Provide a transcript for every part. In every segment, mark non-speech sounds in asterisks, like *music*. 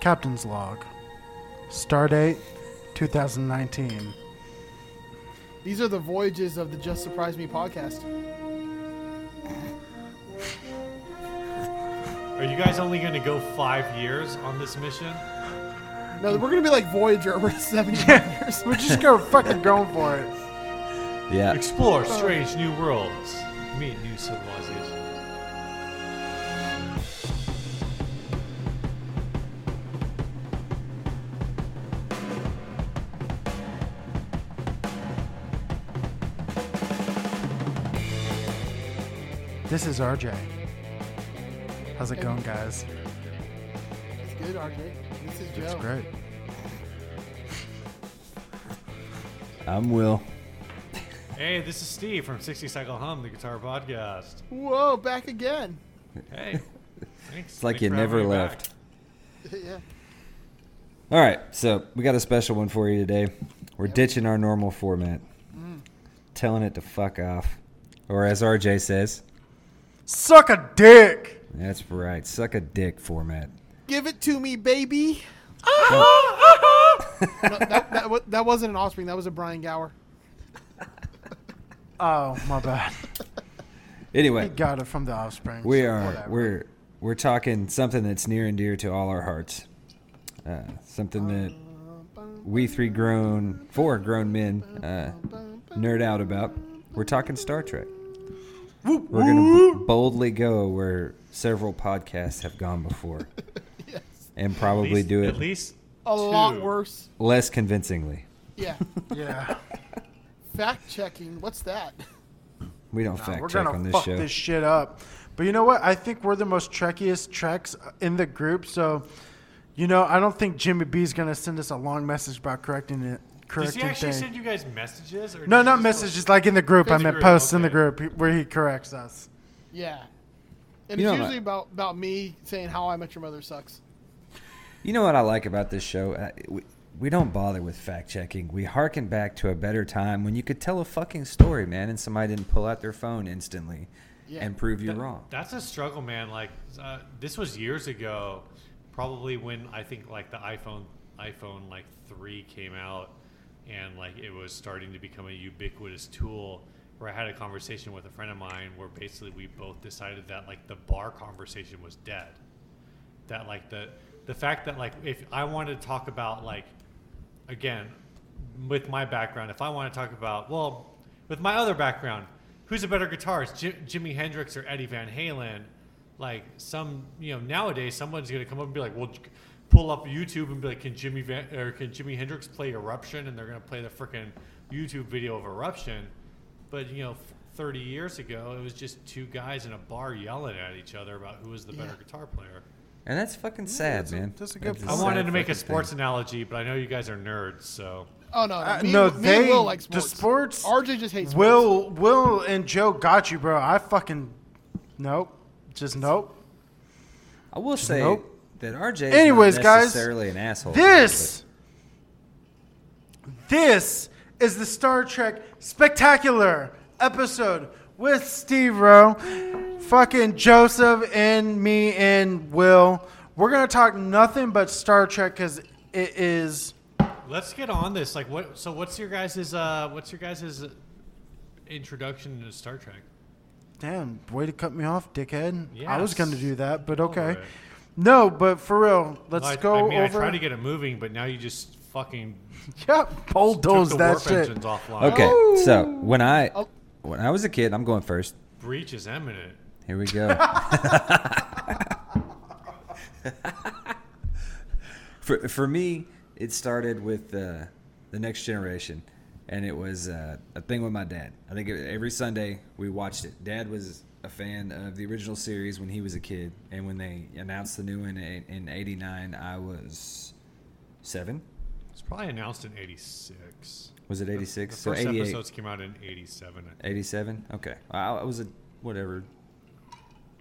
Captain's log. Stardate 2019. These are the voyages of the Just Surprise Me podcast. Are you guys only going to go five years on this mission? No, we're gonna be like Voyager. *laughs* We're 70 years. We're just *laughs* go fucking going for it. Yeah. Explore strange new worlds, meet new civilizations. This is RJ. How's it going, guys? It's good, RJ. This is Joe. It's great. I'm Will. Hey, this is Steve from 60 Cycle Hum, the guitar podcast. Whoa, back again. *laughs* Hey. Thanks. It's like Thanks you for having never me back. left. yeah. All right, so we got a special one for you today. We're ditching our normal format, Mm. telling it to fuck off, or as RJ says, Suck a dick. that's right, suck a dick format. Give it to me, baby. Ah! No, that, that, wa- that wasn't an offspring. That was a Brian Gower. Oh my bad. *laughs* I Anyway, got it from the offspring. we so are whatever. we're we're talking something that's near and dear to all our hearts, uh, something that we three grown, four grown men, uh, nerd out about. We're talking Star Trek. We're going to boldly go where several podcasts have *laughs* gone before. And At probably least, do At it least A lot two. worse. less convincingly. *laughs* Yeah. Yeah. Fact checking. What's that? We don't Nah, fact we're check gonna on this fuck show. this shit up. But you know what? I think we're the most trekkiest treks in the group. So, you know, I don't think Jimmy B's gonna send us a long message about correcting it. Does Correcting he actually things. send you guys messages? Or no, does not he just messages. Like in the group, In I the meant group, posts in the okay. group where he corrects us. Yeah. And You know, it's like- usually uh, about, about me saying how I met your mother sucks. You know what I like about this show? Uh, We, we don't bother with fact checking. We hearken back to a better time when you could tell a fucking story, man, and somebody didn't pull out their phone instantly Yeah. and prove you Th- wrong. That's a struggle, man. Like uh, this was years ago, probably when I think like the iPhone iPhone like three came out, and like it was starting to become a ubiquitous tool. Where I had a conversation with a friend of mine where basically we both decided that like the bar conversation was dead. That like the the fact that like if I wanted to talk about like again, with my background, if I want to talk about, well, with my other background, who's a better guitarist, J- Jimi Hendrix or Eddie Van Halen? Like some, you know, nowadays someone's gonna come up and be like, well, j- pull up YouTube and be like, can Jimmy Van or can Jimi Hendrix play Eruption? And they're gonna play the freaking YouTube video of Eruption. But you know, 30 years ago, it was just two guys in a bar yelling at each other about who was the better Yeah. guitar player. And that's fucking sad, a- man. that's a good That's I point. sad wanted to make a fucking thing. sports analogy, but I know you guys are nerds, so Oh, no. Uh, me, no, me they and Will like the sports. sports. RJ just hates sports. Will, Will, and Joe got you, bro. I fucking nope, just nope. I will say Nope. that RJ is Anyways, not guys, necessarily an asshole. This, this is the Star Trek Spectacular episode with Steve Rowe, fucking Joseph, and me and Will. We're gonna talk nothing but Star Trek because it is Let's get on this. Like, what? So, what's your guys's? Uh, what's your guys's introduction to Star Trek? Damn, way to cut me off, dickhead. I was Yes. going to do that, but Over okay. it. No, but for real, let's Well, I, go I mean, over. I tried *laughs* to get it moving, but now you just fucking yeah, took bulldoze the that warp shit. engines offline. Okay, so when I Oh. when I was a kid, I'm going first. breach is imminent. Here *laughs* we go. for for me, it started with uh, the next generation, and it was uh, a thing with my dad. I think every Sunday we watched it. Dad was a fan of the original series when he was a kid, and when they announced the new one in in '89, I was seven. It's probably announced in '86. Was it The first '86? So '88. episodes came out in '87. Uh, 87 okay i, I was a whatever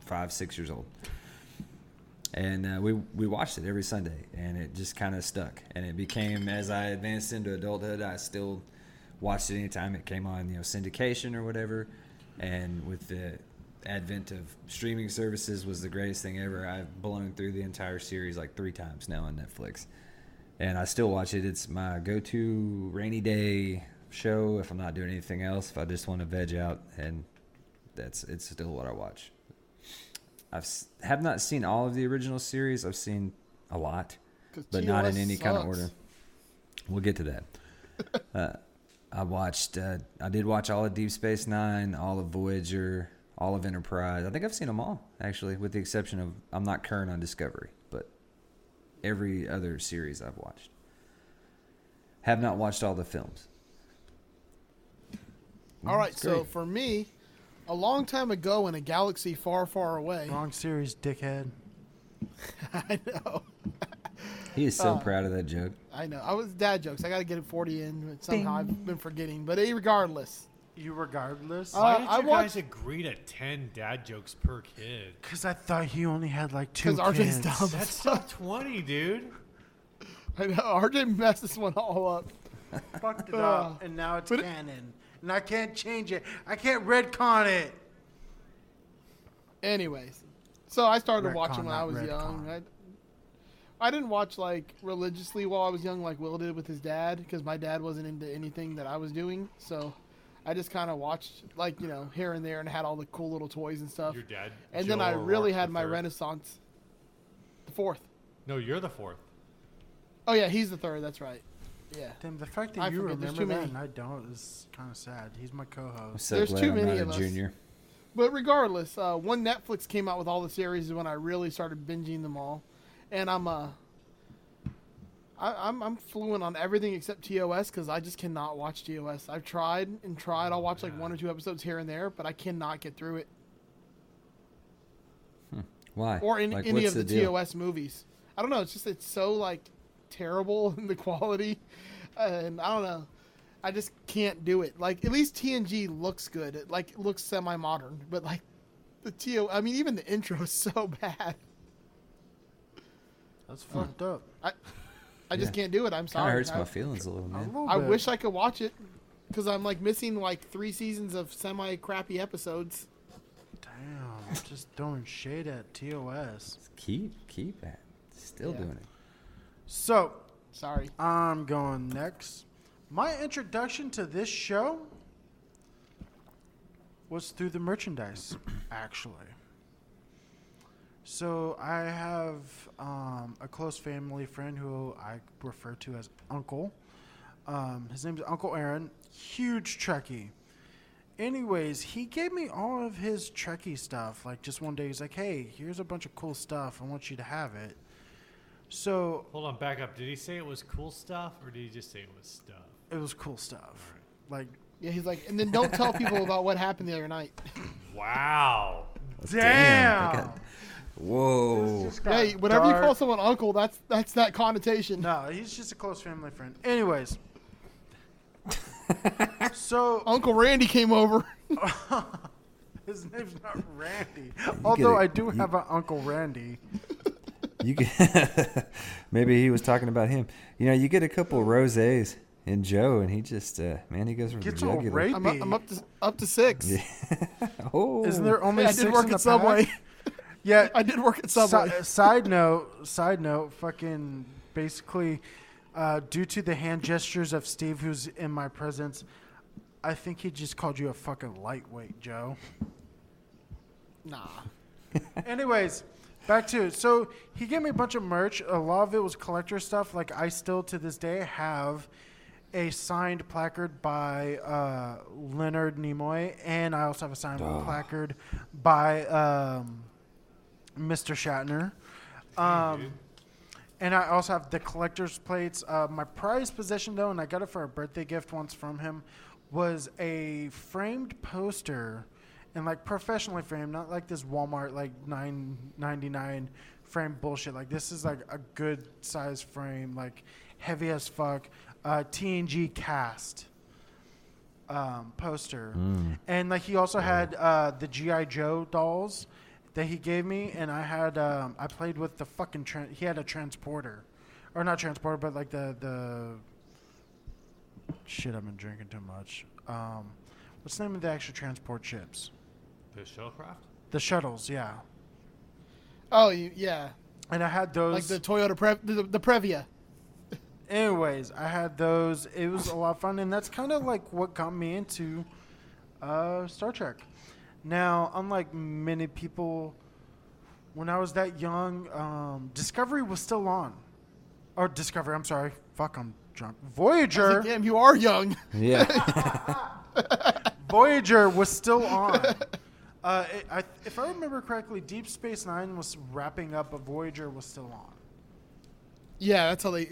five six years old and uh, we we watched it every sunday and it just kind of stuck and it became as i advanced into adulthood i still watched it anytime it came on you know syndication or whatever and with the advent of streaming services was the greatest thing ever. I've blown through the entire series like three times now on Netflix, and I still watch it. It's my go-to rainy day show if I'm not doing anything else. If I just want to veg out, and that's it's still what I watch. I've s- have not seen all of the original series. I've seen a lot, 'Cause but not in TOS any kind of sucks. order. We'll get to that. Uh, I watched. Uh, I did watch all of Deep Space Nine, all of Voyager, all of Enterprise. I think I've seen them all actually, with the exception of I'm not current on Discovery, but every other series I've watched. Have not watched all the films. All right, It's so great. for me, a long time ago in a galaxy far, far away. Wrong series, dickhead. *laughs* I know. he is Oh. so proud of that joke. I know. I was dad jokes. I got to get it 40 in, but somehow I've been forgetting. But hey, regardless, *laughs* You regardless? Uh, Why did you I guys watched- agree to ten dad jokes per kid? Because I thought he only had like two because RJ's kids. dumb. That's *laughs* top twenty, dude. I know. RJ messed this one all up. Fucked it *laughs* up, and now it's canon. And I can't change it. I can't redcon it. Anyways, so I started Retcon, watching when I not was young. retcon. I, I didn't watch like religiously while I was young, like Will did with his dad, because my dad wasn't into anything that I was doing. So I just kind of watched, like you know, here and there, and had all the cool little toys and stuff. Your dad. and then Joe I really O'Rourke had the my third. renaissance. The fourth. No, you're the fourth. Oh yeah, he's the third. That's right. Yeah. Damn, the fact that I you forget, there's remember too that many. and I don't is kind of sad. He's my I'm co-host. so There's glad too I'm many not of a us. junior. But regardless, uh, when Netflix came out with all the series is when I really started binging them all, and I'm uh, I, I'm I'm fluent on everything except TOS because I just cannot watch TOS. I've tried and tried. I'll watch like one or two episodes here and there, but I cannot get through it. Why? Or in Like, any of what's the, deal? TOS movies. I don't know. It's just it's so like terrible *laughs* in the quality, and I don't know. I just can't do it. Like at least TNG looks good. It like looks semi modern, but like the TO. I mean, even the intro is *laughs* so bad. That's fucked up. I just Yeah. can't do it. I'm Kind of sorry. hurts I, my feelings a little, A man. little I bit. wish I could watch it because I'm like missing like three seasons of semi crappy episodes. *laughs* Damn, just throwing shade at TOS. Keep, keep at. Still Yeah. doing it. So Sorry. I'm going next. My introduction to this show was through the merchandise, actually. So I have um, a close family friend who I refer to as Uncle. Um, his name's Uncle Aaron. Huge Trekkie. Anyways, he gave me all of his Trekkie stuff. Like just one day, he's like, "Hey, here's a bunch of cool stuff. I want you to have it." So Hold on, back up. Did he say it was cool stuff, or did he just say it was stuff? it was cool stuff. Like, Yeah, he's like, and then don't tell *laughs* people about what happened the other night. Wow. damn. I got- whoa. Yeah, got whenever you dark. call someone uncle, that's that's that connotation. No, he's just a close family friend. *laughs* Anyways, so Uncle Randy came over. his name's not Randy. Although it. I do You- have an uncle Randy. You get, *laughs* maybe he was talking about him. You know, you get a couple rosés in Joe, and he just uh, man, he goes for the Gets all jugular. rapey. *laughs* I'm up, I'm up to up to six. *laughs* Yeah. oh, Isn't there only Yeah, I six did in work the at Subway. *laughs* pack? Yeah. I did work at si- Subway. side note. Side note. Fucking basically, uh, due to the hand gestures of Steve, who's in my presence, I think he just called you a fucking lightweight, Joe. nah. Anyways, back to so he gave me a bunch of merch. A lot of it was collector stuff. Like I still to this day have a signed placard by uh, Leonard Nimoy, and I also have a signed Duh. placard by um, Mr. Shatner. Um, dude. and I also have the collector's plates. Uh, my prized possession, though, and I got it for a birthday gift once from him, was a framed poster, and like professionally framed, not like this Walmart like nine ninety nine frame bullshit. Like this is like a good size frame, like heavy as fuck. Uh, TNG cast um, poster, and like he also had uh, the GI Joe dolls that he gave me, and I had um, I played with the fucking tran he had a transporter, or not transporter, but like the the shit I've been drinking too much. Um, what's the name of the actual transport ships? The shuttlecraft. The shuttles, yeah. Oh, you, yeah. And I had those. Like the Toyota Prev, the, the Previa. anyways, I had those. It was a lot of fun, and that's kind of like what got me into uh, Star Trek. Now, unlike many people, when I was that young, um, Discovery was still on. Or Discovery, I'm sorry. Fuck, I'm drunk. I was Voyager, like, *laughs* Damn, you are young. *laughs* *laughs* Yeah. Voyager was still on. Uh, it, I, if I remember correctly, Deep Space Nine was wrapping up, but Voyager was still on. Yeah, that's how they.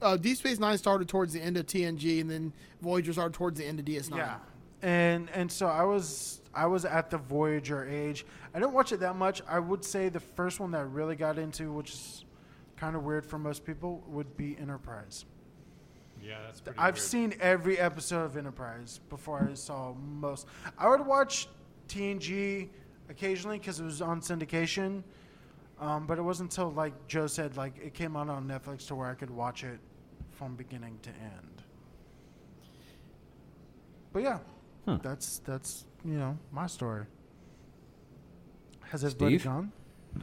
Uh, Deep Space Nine started towards the end of TNG, and then Voyager started towards the end of DS9. Yeah, and and so I was I was at the Voyager age. I didn't watch it that much. I would say the first one that I really got into, which is kind of weird for most people, would be Enterprise. Yeah, that's pretty I've weird. seen every episode of Enterprise before I saw most. I would watch TNG occasionally because it was on syndication, um, but it wasn't until like Joe said, like it came out on Netflix to where I could watch it from beginning to end. But yeah, Hmm. that's that's you know my story. Has everybody Steve? gone?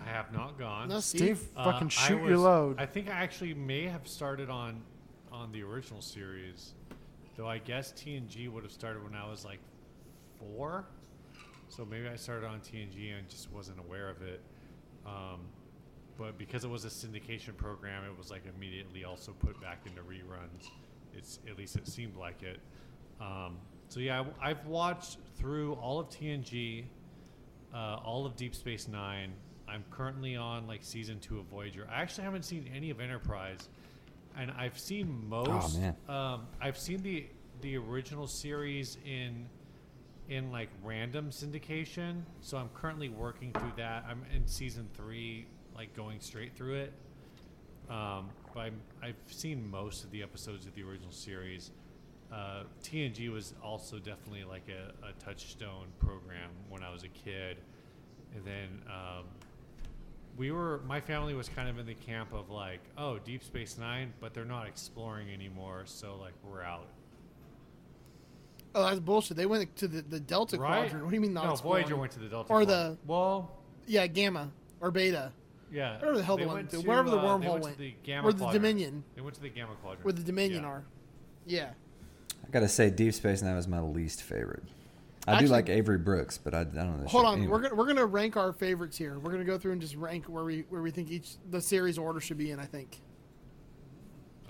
I have not gone. No, Steve, Steve. Uh, fucking I shoot your was- load. I think I actually may have started on on the original series, though I guess TNG would have started when I was like four. So maybe I started on TNG and just wasn't aware of it. Um, but because it was a syndication program, it was like immediately also put back into reruns. It's at least it seemed like it. Um, so yeah, I, I've watched through all of TNG, uh, all of Deep Space Nine. I'm currently on like season two of Voyager. I actually haven't seen any of Enterprise, and I've seen most. man. Um, I've seen the the original series in in like random syndication. So I'm currently working through that. I'm in season three, like going straight through it. Um, but I'm, I've seen most of the episodes of the original series. Uh, TNG was also definitely like a, a touchstone program when I was a kid. And then um, we were, my family was kind of in the camp of like, oh, Deep Space Nine, but they're not exploring anymore. So like, we're out. Oh, that's bullshit. They went to the, the Delta Quadrant. What do you mean not No, exploring? Voyager went to the Delta Or Quadrant. Well, Yeah, Gamma or Beta. yeah. Whatever the hell they they went went to- wherever the uh, they wormhole went. went. To the Gamma Or the Quadrant. Dominion. They went to the Gamma Quadrant. where the Dominion Yeah. are. Yeah. I gotta say, Deep Space Nine was my least favorite. I Actually- do like Avery Brooks, but I, I don't know. Hold on, Anyway. we're gonna we're gonna rank our favorites here. We're gonna go through and just rank where we where we think each the series order should be in. I think.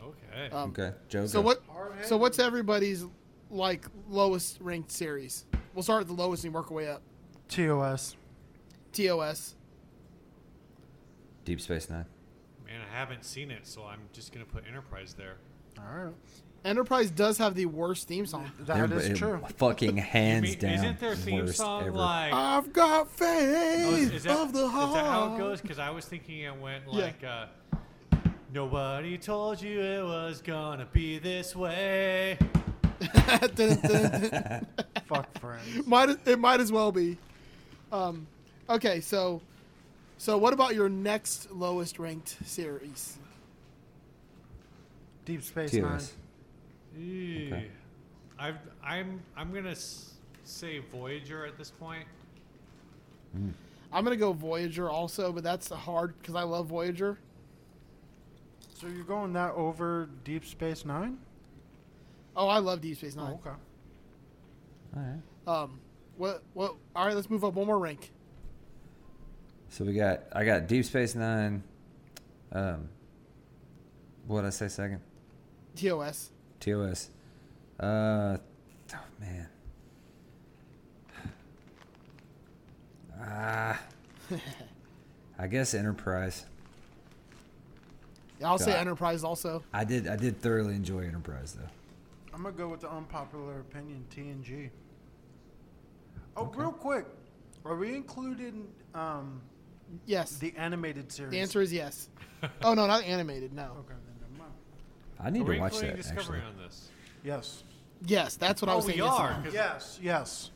Okay. Um, Okay, Joe. So go. what? Hard-headed. So what's everybody's like lowest ranked series? We'll start at the lowest and work our way up. TOS. TOS. Deep Space Nine. Man, I haven't seen it, so I'm just gonna put Enterprise there. All right, Enterprise does have the worst theme song. *laughs* that Everybody- is true. Fucking hands Isn't down. their theme worst song ever. like? I've got faith oh, is, is that, of the heart. Is that how it goes? Because I was thinking it went Yeah. like. Uh, Nobody told you it was gonna be this way. Dun, dun, dun. Fuck friends. might as- it might as well be. Um, okay, so so what about your next lowest ranked series? Deep Space Nine. TOS. Eee. I've, I'm I'm gonna s- say Voyager at this point. I'm gonna go Voyager also, but that's hard because I love Voyager. So you're going that over Deep Space Nine? Oh, I love Deep Space Nine. okay. All right. Um, what what? All right, let's move up one more rank. So we got. I got Deep Space Nine. Um. What did I say second? TOS. TOS. Uh, oh man. *sighs* *laughs* Ah. I guess Enterprise. Yeah, I'll say Got it. Enterprise also. I did. I did thoroughly enjoy Enterprise though. I'm gonna go with the unpopular opinion, TNG. Oh, real quick, are we including um, Yes. The, the animated series? answer is yes. oh no, not animated. No. Okay, then never mind. I need Are we to watch including that Discovery actually. on this? Yes. Yes, that's what I oh, was we saying. are. Yes. 'cause- Yes. Yes.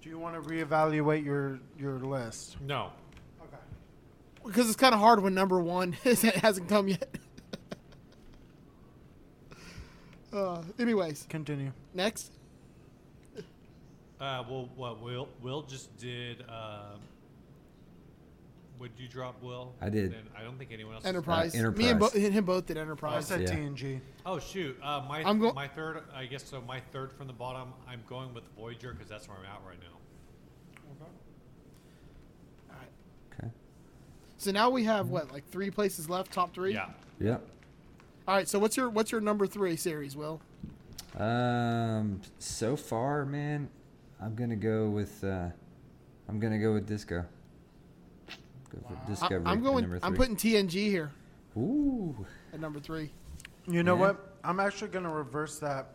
Do you want to reevaluate your your list? No, Okay. Because it's kind of hard when number one *laughs* is- hasn't come yet. *laughs* uh, anyways, Continue. next. Uh, well, what Will Will just did. Uh, would you drop Will? I did. Then I don't think anyone else. has Enterprise. Me Enterprise. and, bo- and him both did I Enterprise. said Yeah. TNG. dropped. Oh shoot! Uh, my I'm go- my third. I guess so. My third from the bottom. I'm going with Voyager because that's where I'm at right now. Okay. So now we have what, like three places left, top three. Yeah. Yep. All right. So what's your what's your number three series, Will? Um, so far, man, I'm gonna go with uh, I'm gonna go with Disco. Go for I, Discovery. I'm at going. number I'm three. putting TNG here Ooh, at number three. You know Yeah. what? I'm actually going to reverse that.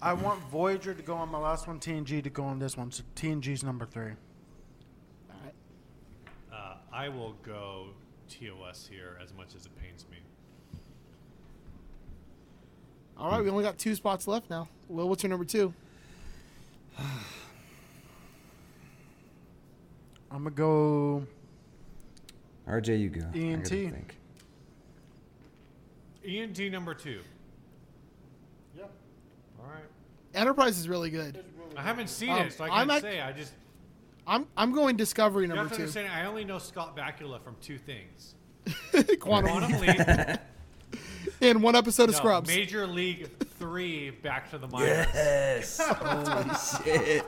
I want Voyager to go on my last one, TNG to go on this one. So TNG's number three. All right. Uh, I will go TOS here as much as it pains me. All right. We only got two spots left now. Will, what's your number two? I'm going to go. RJ, you go. I gotta E EMT. think. ENT E number two. Yep. All right. Enterprise is really good. I haven't seen Um, it, so I I'm can't act- say. I just I'm I'm going Discovery you have number to two. understand. I only know Scott Bakula from two things: *laughs* Quantum *laughs* Quantum Leap, and one episode of no, Scrubs. Major League Three, Back to the Minors, *laughs* Yes. Holy shit.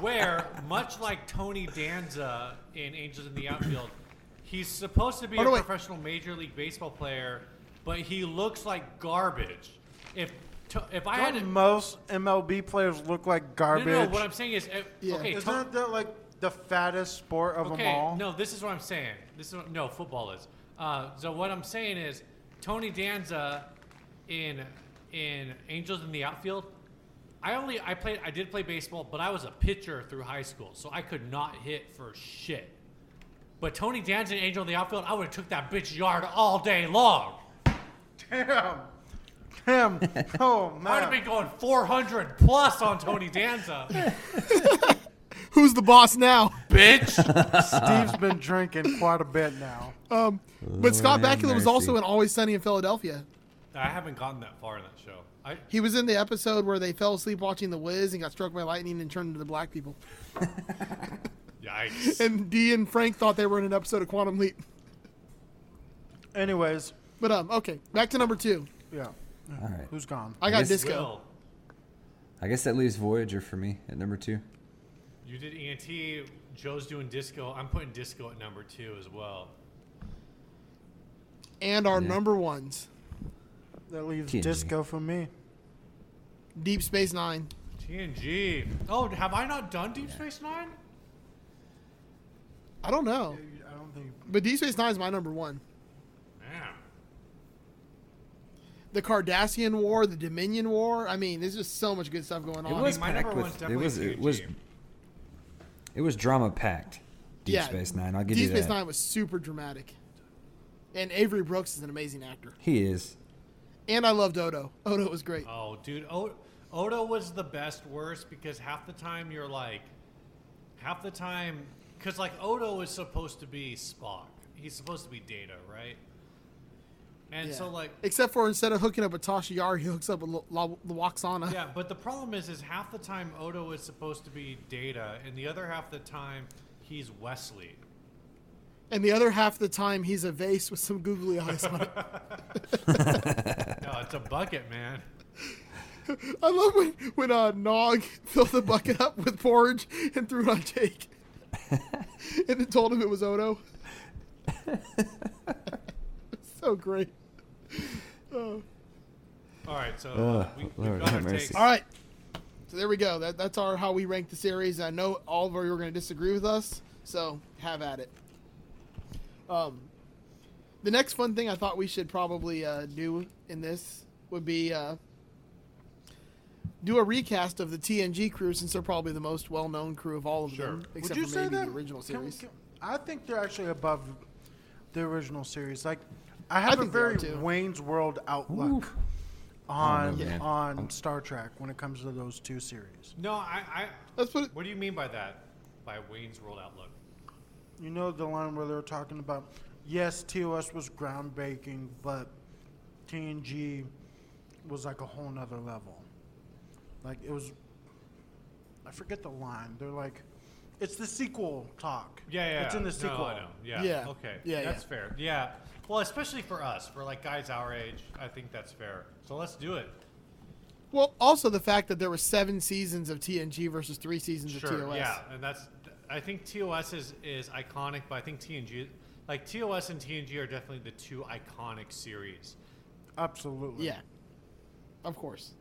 where much like Tony Danza in Angels in the Outfield, he's supposed to be Oh, no, a wait. professional Major League Baseball player, but he looks like garbage. If to, if I had Don't to, no, most MLB players look like garbage? no, what I'm saying is, eh, Yeah. okay, Isn't Ton- that like the fattest sport of them Okay, all? no, this is what I'm saying. This is what, no football is. Uh, so what I'm saying is, Tony Danza in in Angels in the Outfield. I only I played I did play baseball, but I was a pitcher through high school, so I could not hit for shit. But Tony Danza in Angel in the Outfield, I would have took that bitch yard all day long. *laughs* Damn. Damn. Oh, man. I would have been going 400 plus on *laughs* Tony Danza, Who's the boss now? bitch. Steve's *laughs* been drinking quite a bit now. Um, but Scott Lord have Bakula was mercy. also in Always Sunny in Philadelphia. I haven't gotten that far in that show. I He was in the episode where they fell asleep watching The Wiz and got struck by lightning and turned into black people. yikes. And Dee and Frank thought they were in an episode of Quantum Leap. Anyways, But um, okay, back to number two. yeah. All right. Who's gone? I got Yes. Disco. Will, I guess that leaves Voyager for me at number two. You did ENT. Joe's doing disco. I'm putting disco at number two as well. And our Yeah. number ones, That leaves TNG. Disco for me. Deep Space Nine. TNG. Oh, have I not done Deep Space Nine? I don't know, I don't think. but Deep Space Nine is my number one. Man. The Cardassian War, the Dominion War. I mean, there's just so much good stuff going on. I mean, was my packed number with- one's it definitely was- it TNG. was- It was drama packed. Deep Yeah, Space Nine. I'll give Deep you that. Space Nine was super dramatic. And Avery Brooks is an amazing actor. He is. And I loved Odo. Odo was great. Oh, dude. O- Odo was the best worst because half the time you're like, half the time, because like Odo is supposed to be Spock. He's supposed to be Data, right? And so Yeah. like, except for instead of hooking up with Tasha Yar, he hooks up with Lo- Lo- the Waxana. Yeah, but the problem is, is half the time Odo is supposed to be Data, and the other half the time he's Wesley. And the other half of the time, he's a vase with some googly eyes on it. *laughs* No, it's a bucket, man. I love when when uh, Nog *laughs* filled the bucket up with porridge and threw it on Jake, *laughs* and then told him it was Odo. *laughs* so great. All right, so uh, Ugh, we, Lord we've got our have mercy. takes. All right. So there we go. That, that's our how we rank the series. I know all of you are going to disagree with us, so have at it. Um, the next fun thing I thought we should probably uh, do in this would be uh, do a recast of the TNG crew since they're probably the most well-known crew of all of Sure. them, Would except for maybe the original Can we- series. can- I think they're actually above the original series. Like, I have a think they are very too. Oh, Wayne's World outlook Oof. on man. on Star Trek when it comes to those two series. No, I, I. Let's put it. What do you mean by that? By Wayne's World outlook? You know the line where they're talking about, yes, TOS was groundbreaking, but TNG was like a whole nother level. Like it was I forget the line. They're like, it's the sequel talk. Yeah, yeah. It's in the no, sequel. I know. Yeah. Yeah. Okay. Yeah, That's yeah. fair. Yeah. Well, especially for us, for like guys our age, I think that's fair. So let's do it. Well, also the fact that there were seven seasons of TNG versus three seasons of Sure. TOS. Yeah. And that's. I think TOS is is iconic, but I think TNG, like TOS and TNG, are definitely the two iconic series. Absolutely. Yeah. Of course.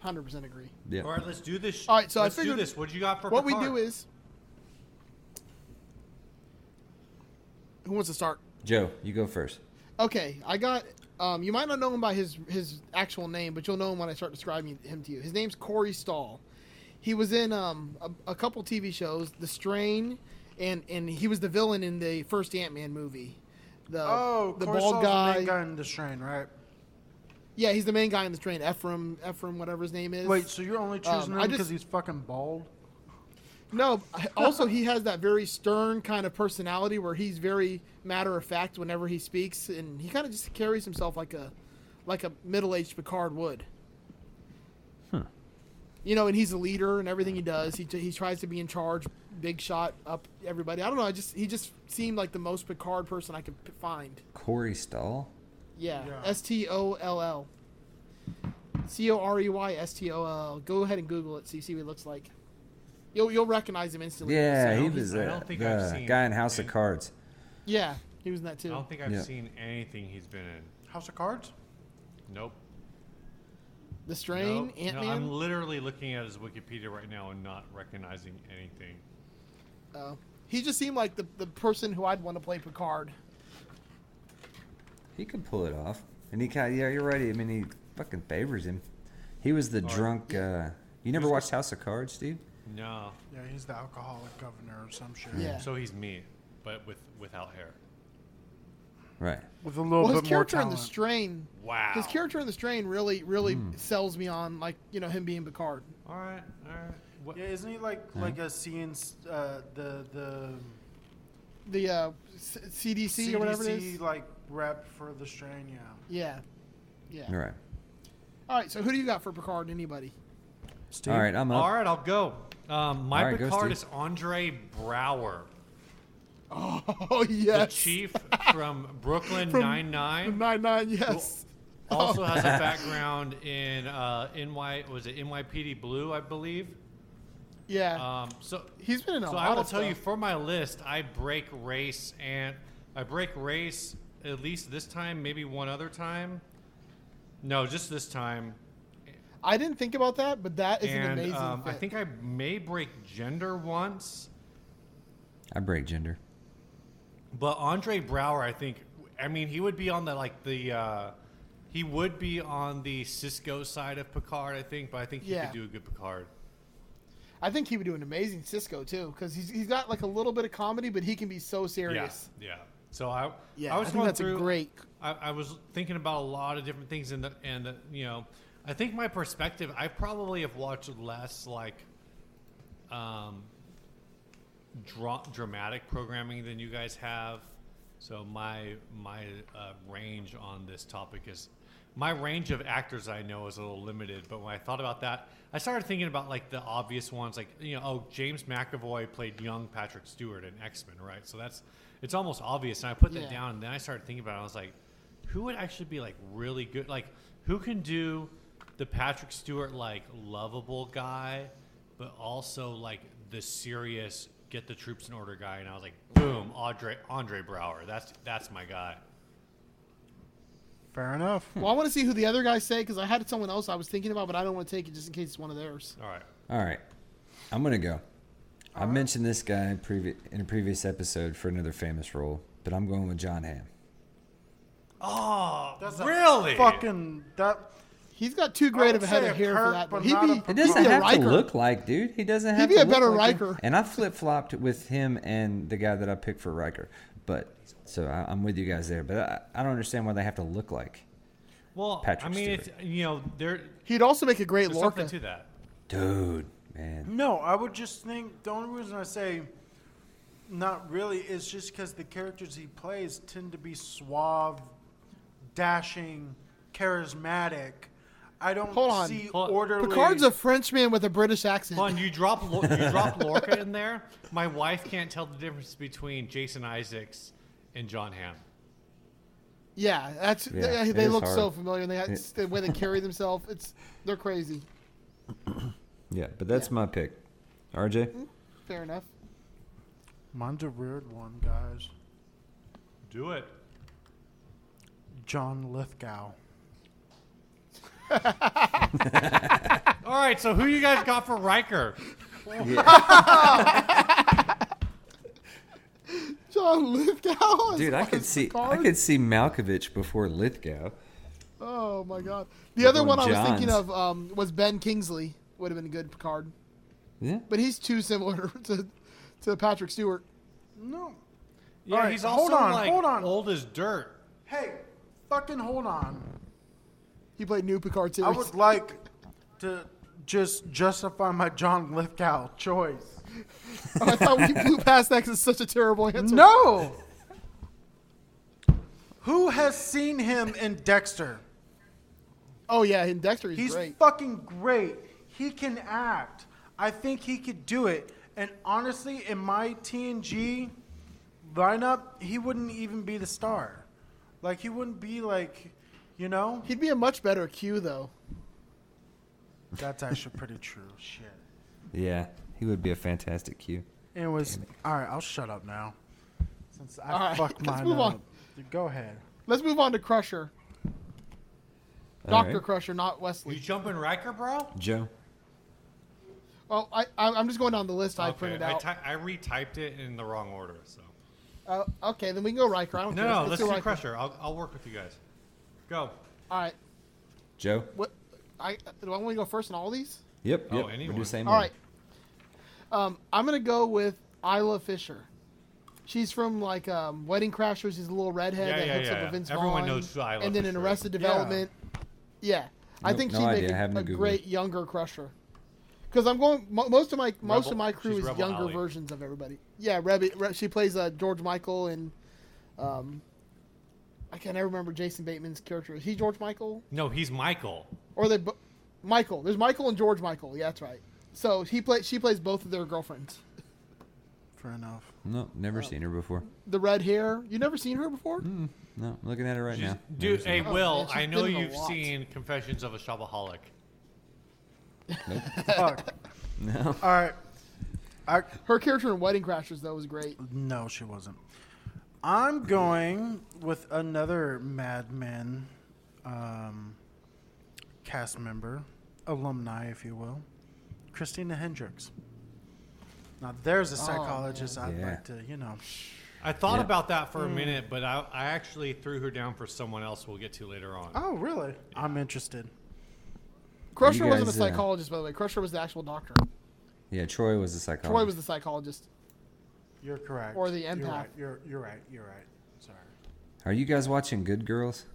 Hundred percent agree. Yeah. All right. Let's do this. sh- All right, so I let's figured- do this. What you got for What we Picard? do is, who wants to start? Joe, you go first. Okay, I got. Um, you might not know him by his his actual name, but you'll know him when I start describing him to you. His name's Corey Stahl. He was in um, a, a couple TV shows, The Strain, and and he was the villain in the first Ant Man movie. The Oh, the Corey bald Stahl's the guy. main guy in the train, right? Yeah, he's the main guy in The Strain. Ephraim, Ephraim, whatever his name is. Wait, so you're only choosing um, him I because just- he's fucking bald? No, I- also he has that very stern kind of personality where he's very matter of fact whenever he speaks, and he kind of just carries himself like a like a middle aged Picard would. You know, and he's a leader, and everything he does, he, he tries to be in charge, big shot up everybody. I don't know, I just he just seemed like the most Picard person I could p- find. Corey Stahl. Yeah, Yeah. S T O L L. C O R E Y S T O L L. Go ahead and Google it, so you see what he looks like. You'll you'll recognize him instantly. Yeah, I he don't- was I uh, don't think I've the seen guy in House of any- Cards. Yeah, he was in that I too. don't think I've Yeah. seen anything he's been in. House of Cards? Nope. The Strain, Nope. Ant No, I'm Man. literally looking at his Wikipedia right now and not recognizing anything. Oh. he just seemed like the, the person who I'd want to play Picard. He could pull it off, and he kind. Yeah, you're right. I mean, he fucking favors him. He was the drunk. Uh, you never watched House of Cards, dude? No. Yeah, he's the alcoholic governor or some shit. Yeah. So he's me, but with without hair. Right. With a little Well, his bit more character in talent. Hmm. The Strain, Wow. his character in The Strain really really sells me on like you know him being Picard. All right. All right. What, yeah, isn't he like like a CNC, uh, the the The uh, C- CDC, or whatever it CDC is. like rep for the strain? Yeah. Yeah, yeah. All right. All right, so who do you got for Picard? Anybody? *laughs* Steve. All right. I'm up. All right, I'll go. Um, my All right, go, Picard Steve. is Andre Brower, Oh yes, the chief *laughs* from Brooklyn From Nine Nine. Nine Nine. Yes. Also has a background in uh, NY. Was it NYPD Blue? I believe. yeah. Um, so He's been in a so lot I will of tell you stuff. for my list, I break race and I break race at least this time, maybe one other time. No, just this time. I didn't think about that, but that is an and amazing. um, I fit. think I may break gender once, I break gender. but Andre Brower, I think, I mean, he would be on the like the. Uh, he would be on the Cisco side of Picard, I think, but I think he Yeah. could do a good Picard. I think he would do an amazing Cisco too, because he's, he's got like a little bit of comedy, but he can be so serious. Yeah, yeah. So I, Yeah, I I, was think going that's through, a great. I, I was thinking about a lot of different things, and the and the you know, I think my perspective. I probably have watched less like, um, dra- dramatic programming than you guys have. So my my uh, range on this topic is my range of actors I know is a little limited. But when I thought about that, I started thinking about like the obvious ones, like you know, oh James McAvoy played young Patrick Stewart in X Men, right? So that's it's almost obvious. And I put that Yeah. down, and then I started thinking about it. I was like, who would actually be like really good? Like who can do the Patrick Stewart like lovable guy, but also like the serious get the troops in order guy. And I was like, boom, Andre Andre Brower. That's that's my guy. Fair enough. Hmm. Well, I want to see who the other guys say because I had someone else I was thinking about, but I don't want to take it just in case it's one of theirs. All right. All right. I'm gonna go. I mentioned this guy in, previ- in a previous episode for another famous role, but I'm going with John Hamm. Oh, That's a really? Fucking that. He's got too great would of a head say of a hair for Kirk, that. but But he'd not be, a It he'd doesn't be a have Riker. to look like, dude. He doesn't have be to a look better like him. Riker. And I flip flopped with him and the guy that I picked for Riker. But so I, I'm with you guys there. But I, I don't understand why they have to look like. Well, Patrick I mean, it's, Stewart. you know, there, He'd also make a great there's Lorca. something to that. Dude, man. No, I would just think the only reason I say not really is just because the characters he plays tend to be suave, dashing, charismatic. I don't Hold on. see Hold on. orderly. Picard's a Frenchman with a British accent. Hold on, you drop Lo- you *laughs* drop Lorca in there. My wife can't tell the difference between Jason Isaacs and John Hamm. Yeah, that's Yeah, they, it they is look so hard. familiar. and They had, the way they carry themselves. It's they're crazy. Yeah, but that's my pick. RJ? Fair enough. Mine's a weird one, guys. Do it. John Lithgow. All right, so who you guys got for Riker? John Lithgow. as Dude, I could Lost see I Picard? could see Malkovich before Lithgow. Oh my god. The We're other going one I was Mm. Johns. thinking of um, was Ben Kingsley. Would have been a good Picard, Yeah. but he's too similar *laughs* to to Patrick Stewart. No. Yeah, All right, he's also hold on, like hold on. old as dirt. Hey, fucking hold on. He played new Picard I series. would like to just justify my John Lithgow choice. *laughs* I thought we blew past that because it's such a terrible answer. No. Who has seen him in Dexter? Oh yeah, and Dexter he's, He's great. fucking great. He can act. I think he could do it. And honestly, in my TNG lineup, he wouldn't even be the star. Like he wouldn't be like, you know. He'd be a much better Q though. That's actually pretty true. Shit. Yeah. He would be a fantastic Q. Anyways, all right, I'll shut up now. Since I All right, fucked *laughs* let's mine move up. on. Go ahead. Let's move on to Crusher. All Doctor right. Crusher, not You Wesley. jumping Riker, bro? Joe. Well, Oh, I, I I'm just going down the list I printed I, out. ty- I retyped it in the wrong order. So Uh, okay, then we can go Riker. I don't no, care. no, let's, do Riker. Crusher. I'll, I'll work with you guys. Go. All right. Joe? What? I do I want to go first in all these? Yep. Oh, yep. We're anyone. the same All one. right. Um, I'm gonna go with Isla Fisher. She's from like um, Wedding Crashers. She's a little redhead Yeah, that yeah, hooks up yeah. with Vince Everyone Vaughn, knows who Isla And then in Fisher is. Arrested Development. Yeah, I Nope, think no she'd make idea. I haven't a, a Googled. great younger Crusher. Because I'm going mo- most of my most Rebel- of my crew she's is Rebel younger Alley. versions of everybody. Yeah, Rebby, Re- she plays uh, George Michael and um, I can't ever remember Jason Bateman's character. Is he George Michael? No, he's Michael. or they bo- Michael. There's Michael and George Michael. Yeah, that's right. So he play she plays both of their girlfriends. Fair enough. No, Oh. never seen her before. The red hair. You never seen her before? Hmm. No, I'm looking at her right She's- now. Dude, hey her. Oh, Will, man, she's I know been in a you've lot. seen Confessions of a Shopaholic. Fuck. No. All right. I, Her character in Wedding Crashers though was great. no, she wasn't. I'm going with another Mad Men um, cast member, alumni, if you will, Christina Hendricks. Now, there's Oh, a psychologist I'd Yeah. like to, you know. I thought Yeah. about that for a Hmm. minute, but I, I actually threw her down for someone else we'll get to later on. Oh, really? I'm interested. Crusher wasn't a guys, uh, psychologist by the way. Crusher was the actual doctor. Oh. Yeah, Troy was a psychologist. Troy was the psychologist. You're correct. Or the You're empath. right. You're, you're right. You're right. Sorry. Are you guys watching Good Girls?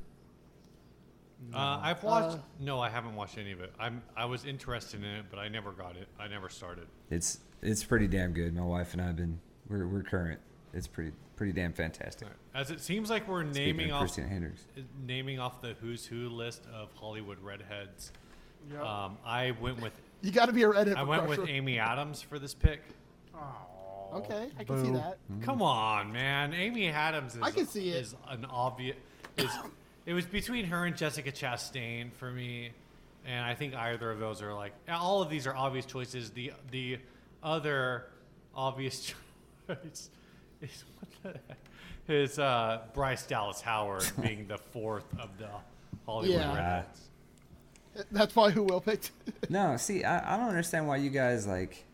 Uh, I've watched. Uh, no, I haven't watched any of it. I'm. I was interested in it, but I never got it. I never started. It's it's pretty damn good. My wife and I have been we're we're current. It's pretty pretty damn fantastic. As it seems like we're Speaking naming of off Christina Hendricks. naming off the who's who list of Hollywood redheads. Yep. Um, I went with You got to be a redhead. I for went Crusher. with Amy Adams for this pick. Okay, I can see Boo. that. Come on, man. Amy Adams is I can see it. is an obvious is it was between her and Jessica Chastain for me. And I think either of those are like all of these are obvious choices. The the other obvious *laughs* choice is what the heck is uh, Bryce Dallas Howard *laughs* being the fourth of the Hollywood Yeah. redheads. That's probably who Will picked. *laughs* No, see, I, I don't understand why you guys like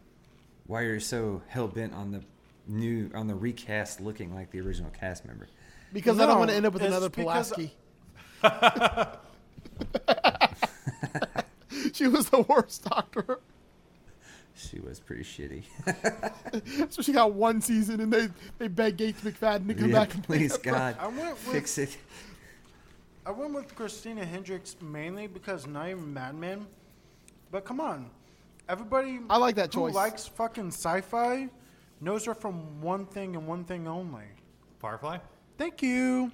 why you're so hell bent on the new on the recast looking like the original cast member. because I don't No, want to end up with it's another because- Pulaski. *laughs* *laughs* she was the worst doctor. She was pretty shitty. So she got one season, and they they begged Gates McFadden to come Yeah, back and play *laughs* please that God, I went with- fix it. I went with Christina Hendricks mainly because not even Mad Men, but come on, everybody. I like that who choice. likes fucking sci-fi knows her from one thing and one thing only. Firefly? Thank you.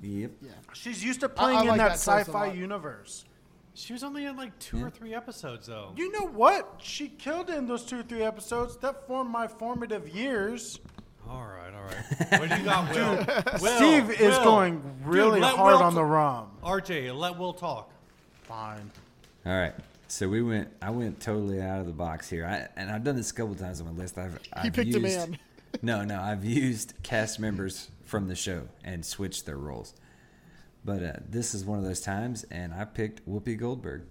Yep. Yeah. She's used to playing I in like that, that choice a sci-fi lot. universe. She was only in like two or three episodes though. You know what? She killed it in those two or three episodes. That formed my formative years. all right, all *laughs* right. What do you got, Will? Will, Steve is Will. going really Dude, let hard Will on the t- ROM. RJ, let Will talk. *laughs* Fine. All right. So we went. I went totally out of the box here, I, and I've done this a couple times on my list. I've, I've picked a used, man. *laughs* no, no, I've used cast members from the show and switched their roles. But uh, this is one of those times, and I picked Whoopi Goldberg.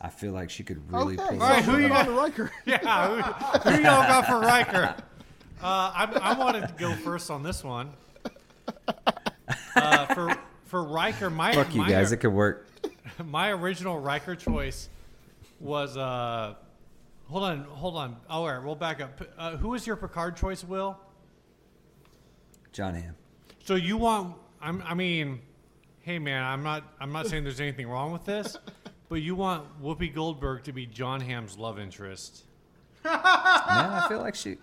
I feel like she could really okay. pull. so this who we're you off. on to Riker? Yeah, who, who y'all got for Riker? Uh, I, I wanted to go first on this one. Uh, for for Riker, my Fuck you my, guys. It could work. my original Riker choice was uh, hold on, hold on. Oh, All right, we'll back up. Uh, who was your Picard choice, Will? John Hamm. So you want? I'm, I mean, hey man, I'm not. I'm not saying there's anything wrong with this, *laughs* but you want Whoopi Goldberg to be John Hamm's love interest. No, I feel like she.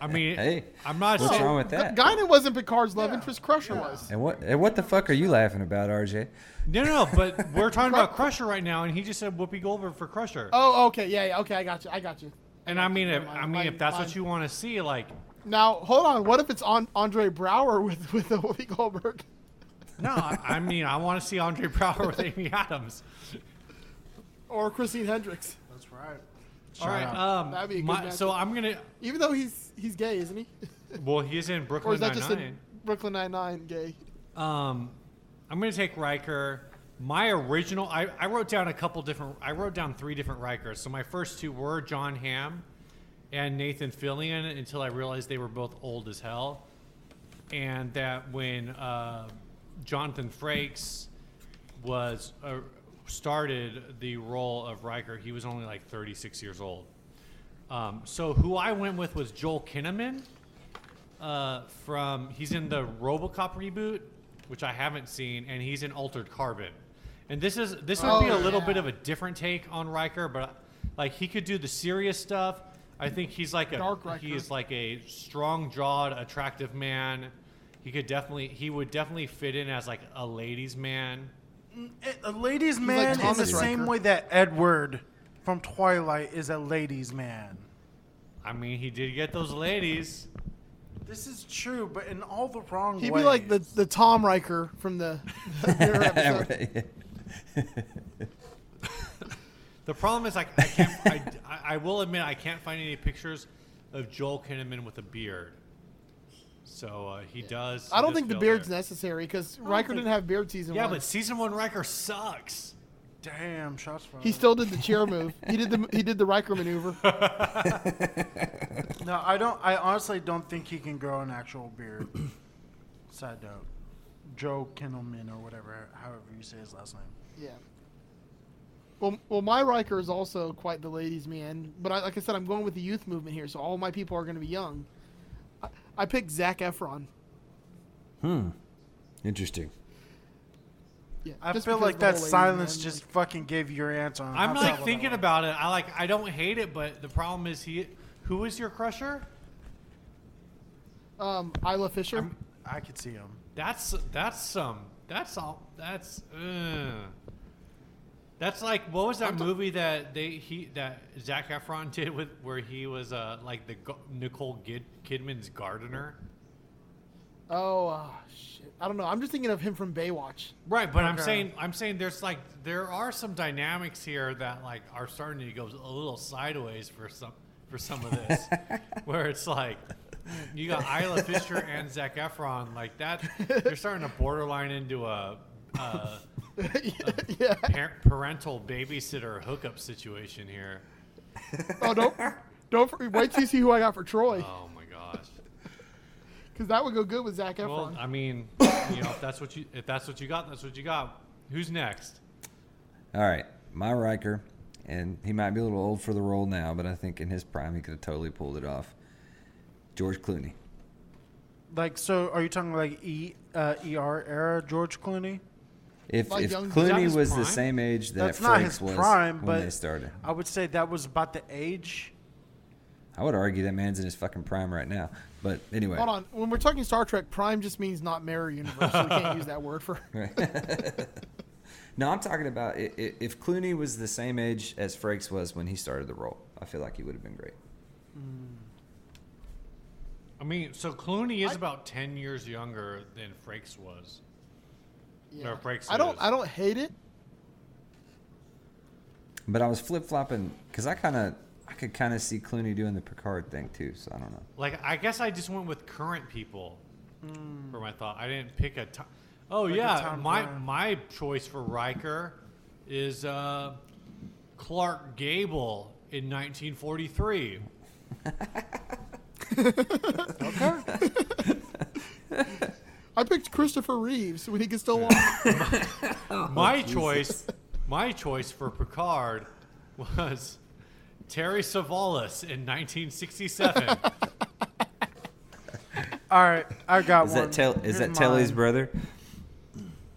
I mean, Hey, I'm not what's saying. wrong with that? *laughs* Guinan wasn't Picard's love interest. Crusher was. And what? And what the fuck are you laughing about, RJ? No, no, no, but we're *laughs* talking about Crusher right now, and he just said Whoopi Goldberg for Crusher. Oh, okay, yeah, yeah, okay, I got you, I got you. and I mean, if, I Mine, mean, mine, if that's mine. what you want to see, like, Now, hold on. What if it's on Andre Brower with *laughs* with the Whoopi Goldberg? *laughs* no, I, I mean, I want to see Andre Brower with Amy Adams. or Christine Hendricks. That's right. All right, um, That'd be a good my- so matchup. I'm gonna. Even though he's he's gay, isn't he? Well, he is in or Brooklyn is that Nine just in Nine. Brooklyn Nine Nine gay? Um, I'm gonna take Riker. My original, I, I wrote down a couple different. I wrote down three different Rikers. So my first two were John Hamm and Nathan Fillion until I realized they were both old as hell, and that when uh, Jonathan Frakes was uh, started the role of Riker, he was only like 36 years old. Um, so who I went with was Joel Kinnaman uh, from he's in the RoboCop reboot, which I haven't seen, and he's in Altered Carbon. And this is this would Oh, be a little yeah. bit of a different take on Riker, but like he could do the serious stuff. I think he's like a Dark Riker. he is like a strong-jawed, attractive man. He could definitely he would definitely fit in as like a ladies' man. Eh, A ladies' man is the Thomas same Riker. way that Edward from Twilight is a ladies' man. I mean, he did get those ladies. This is true, but in all the wrong He'd ways. be like the, the Tom Riker from *laughs* the, *laughs* the mirror episode. The problem is like I can't. I, I- I will admit I can't find any pictures of Joel Kinnaman with a beard. So uh, he does. I he don't does think the fail beard's there. necessary because Riker didn't have beard season Yeah, one. but season one Riker sucks. damn shots fired. he still did the chair move. He did the he did the *laughs* Riker maneuver. *laughs* no. I don't. I honestly don't think he can grow an actual *clears throat* beard. Side note, Joe Kinnaman or whatever, however you say his last name. Yeah. Well, well, my Riker is also quite the ladies' man, but I, like I said, I'm going with the youth movement here, so all my people are going to be young. I, I picked Zach Efron. Hmm. Interesting. Yeah, I just feel because like of the whole that ladies' silence man, just like- fucking gave you your answer. On I'm how like terrible that thinking was. about it. I like. I don't hate it, but the problem is he. Who is your crusher? um, Isla Fisher. I could see him. That's that's some. That's all. That's. Uh, that's like what was that movie that they he that Zach Efron *laughs* did with where he was uh like the go- Nicole Kid- Kidman's gardener. oh uh, shit, I don't know. I'm just thinking of him from Baywatch. *laughs* Right, but I'm Okay. saying I'm saying there's like there are some dynamics here that like are starting to go a little sideways for some for some of this, *laughs* where it's like you got Isla Fisher and Zac Efron like that. You're starting to borderline into a, a yeah. par- parental babysitter hookup situation here. Oh, don't don't for, wait till you see who I got for Troy, Uh, Oh my gosh. because that would go good with Zach Efron. Well, I mean, you know, if that's what you if that's what you got, that's what you got. Who's next? All right, my Riker, and he might be a little old for the role now, but I think in his prime he could have totally pulled it off. George Clooney. Like, so are you talking like E uh, ER era George Clooney? If, Like if young- is that Clooney his was prime? the same age that That's not Frakes his was prime, when but they started, I would say that was about the age. I would argue that man's in his fucking prime right now. But anyway, Hold on. When we're *laughs* talking Star Trek, Prime just means not mirror universe. so we can't use that word for. *laughs* No, I'm talking about i- i- if Clooney was the same age as Frakes was when he started the role, I feel like he would have been great. I mean, so Clooney is I- about ten years younger than Frakes was. Yeah. Or Frakes I don't. is. I don't hate it. But I was flip flopping because I kind of, I could kind of see Clooney doing the Picard thing too. So I don't know. Like, I guess I just went with current people for my thought. I didn't pick a. To- oh Hmm. Like a yeah, Tom my Brown. my choice for Riker is uh, Clark Gable in 1943. I picked Christopher Reeves when he could *laughs* still walk. my choice, my choice for Picard was Terry Savalas in 1967. All right, I got Is one. that Tel- is Here's that Telly's mine. brother?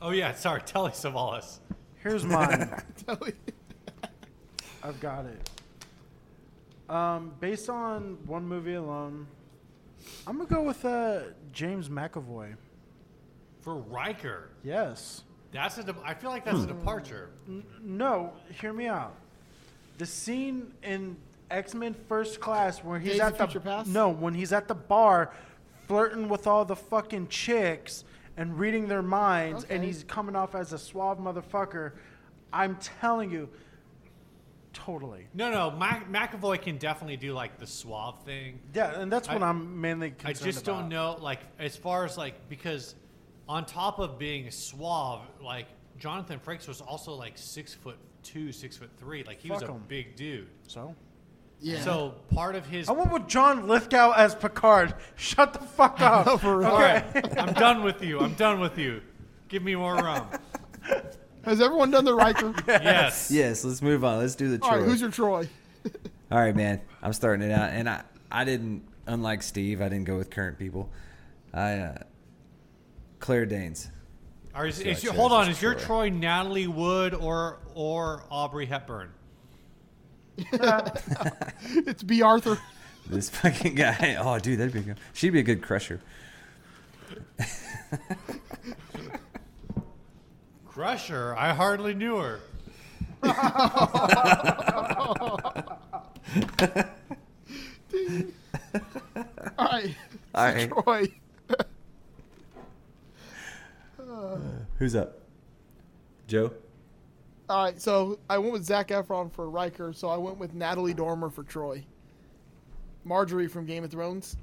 oh yeah, sorry, Telly Savalas. Here's *laughs* mine. Telly. I've got it. Um, based on one movie alone, I'm gonna go with uh, James McAvoy. For Riker, Yes. that's a. De- I feel like that's a departure. No, hear me out. The scene in X Men First Class where he's Days at of the Future Past? no, when he's at the bar, flirting with all the fucking chicks and reading their minds, and Okay. he's coming off as a suave motherfucker. I'm telling you, totally. No, no, Mac- McAvoy can definitely do like the suave thing. Yeah, and that's what I- I'm mainly I concerned just about. don't know, like as far as like because on top of being suave, like Jonathan Frakes was also like six foot two, six foot three. Like he was Fuck a 'em. big dude. So Yeah. So part of his I went with John Lithgow as Picard. *laughs* Shut the fuck up. For real. All right, *laughs* I'm done with you. I'm done with you. Give me *laughs* more rum. Has everyone done the *laughs* Riker? Yes. Yes. Let's move on. Let's do the. All right. Troy. Who's your Troy? All right, man. I'm starting it out, and I I didn't unlike Steve. I didn't go with current people. I uh, Claire Danes. Or is, See, I is your, chose hold on. this Is your Troy Troy. Natalie Wood or or Aubrey Hepburn? It's B. Arthur. This *laughs* fucking guy. Oh, dude, that'd be good. She'd be a good crusher. Crusher. I hardly knew her. All right. All *laughs* right, Troy. *laughs* who's up? Joe. All right. So I went with Zach Efron for Riker. So I went with Natalie Dormer for Troy. Marjorie from Game of Thrones.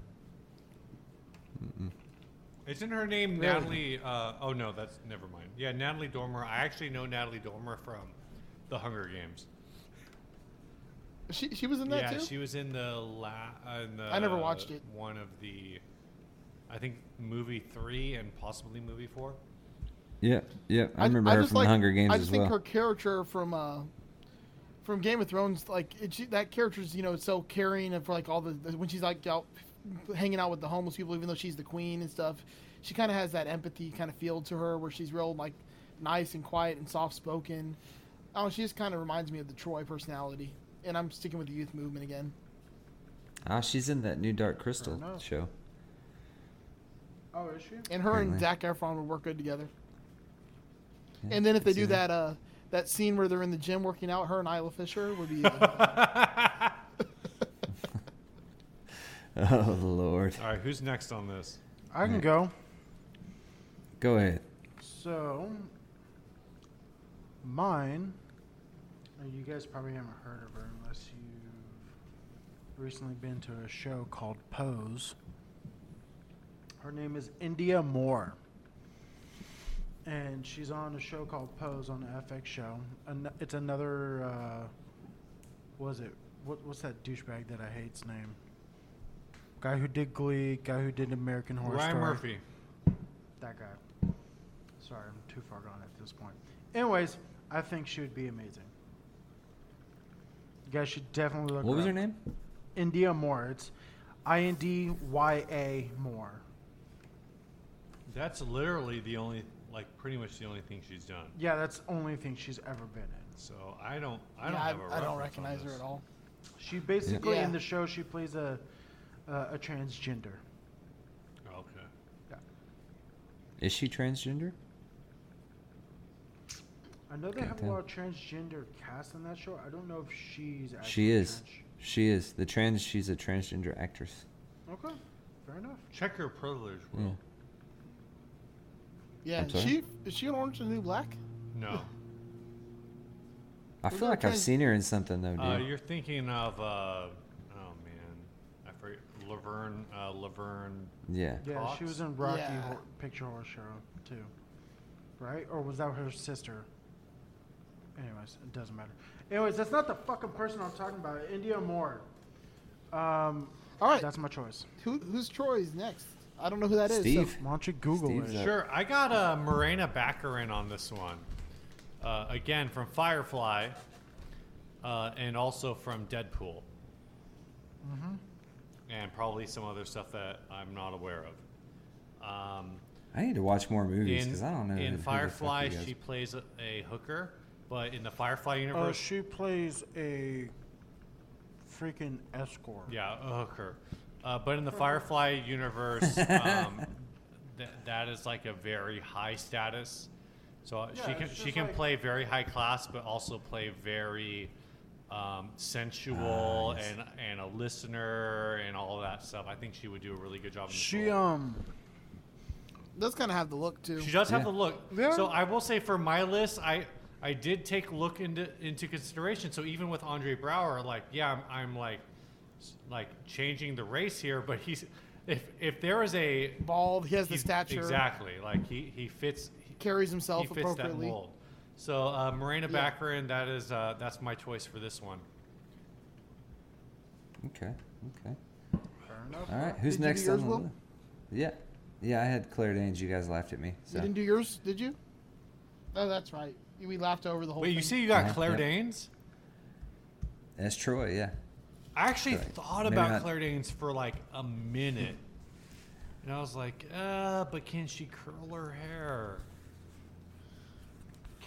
Isn't her name Really? Natalie? Uh, oh no, that's never mind. Yeah, Natalie Dormer. I actually know Natalie Dormer from The Hunger Games. She she was in that yeah, too. she was in the la. Uh, in the, I never watched it. One of the, I think movie three and possibly movie *laughs* four. Yeah, yeah. I, remember her just from like- the Hunger Games I as just think well. her character from uh, from Game of Thrones, like it, she, that character's you know so caring of like all the when she's like out hanging out with the homeless people, even though she's the queen and stuff. She kind of has that empathy kind of feel to her, where she's real like nice and quiet and soft spoken. Oh, she just kind of reminds me of the Troy personality, and I'm sticking with the youth movement again. Ah, she's in that new Dark Crystal enough. show. *laughs* Oh, is she? And her and Apparently. Zac Efron would work good together. Yeah, and then if they I see do that, uh, that scene where they're in the gym working out, her and Isla Fisher would be. Uh, Oh Lord. All right, who's next on this? I can go. Go ahead. So, mine. uh, You guys probably haven't heard of her unless you've recently been to a show called Pose. Her name is India Moore. And she's on a show called Pose on the FX show. An- it's another, uh, what was it? What, what's that douchebag that I hate's name? Guy who did Glee, guy who did American Horror Ryan Story Murphy. that guy. Sorry, I'm too far gone at this point. Anyways, I think she would be amazing. You guys should definitely look. What her was up. her name? India Moore. It's I N D Y A Moore. That's literally the only, like, pretty much the only thing she's done. Yeah, that's the only thing she's ever been in. So I don't, I I don't have a I don't reference on recognize her at this. all. She basically Yeah. in the show she plays a uh, a transgender. Okay. Is she transgender? I know they have a Goddamn. lot of transgender cast on that show. I don't know if she's. Actually She is. trans. She is the trans. She's a transgender actress. Okay, fair enough. Check your privilege. Yeah. Will. Yeah, I'm is sorry? she is she an Orange and New Black? No. I What feel about like I've trans- seen her in something though, dude. Uh, you're thinking of, uh, oh man, I forget, Laverne, uh, Laverne. yeah. Yeah, Cox? she was in Rocky Yeah. Hor- Picture Horror Show too, right? Or was that her sister? Anyways, it doesn't matter. Anyways, that's not the fucking person I'm talking about. India Moore. Um, All right, that's my choice. who, who's Troy's next? I don't know who that is. so- Steve. Why don't you Google Steve's it? up. Sure, I got uh, Morena Baccarin on this one. Uh, again, from Firefly, uh, and also from Deadpool. Mm-hmm. Mm-hmm. And probably some other stuff that I'm not aware of. Um, I need to watch more movies in because I don't know. who in the fuck Firefly, you guys- she plays a, a hooker, but in the Firefly Uh, universe, she plays a freaking escort. Yeah, a hooker. Uh, but in the Firefly universe, *laughs* um, th- that is like a very high status. So uh, she Yeah, can it's she just can like- play very high class, but also play very um, sensual Ah, yes. and and a listener and all that stuff. I think she would do a really good job. In She this role. um. Does kind of have the look too. she does have Yeah. the look. Yeah. So I will say for my list, I I did take look into into consideration. So even with Andre Brower, like yeah, I'm, I'm like s- like changing the race here, but he's if if there is a Bald. He has the he's- stature. exactly like he he fits Carries he himself fits that appropriately. mold. So uh, Marina Yeah. Baccarin, that is uh, that's my choice for this one. Okay. Okay. Fair enough. All right. Who's Did you do next yours, on the Will? list? Yeah. Yeah, I had Claire Danes. You guys laughed at me. You So. didn't do yours, did you? Oh, that's right. We laughed over the whole. Wait, thing. you see, you got Yeah, Claire yeah. Danes. That's Troy. Yeah. I actually Right. thought Maybe about not- Claire Danes for like a minute. And I was like, uh, but can she curl her hair?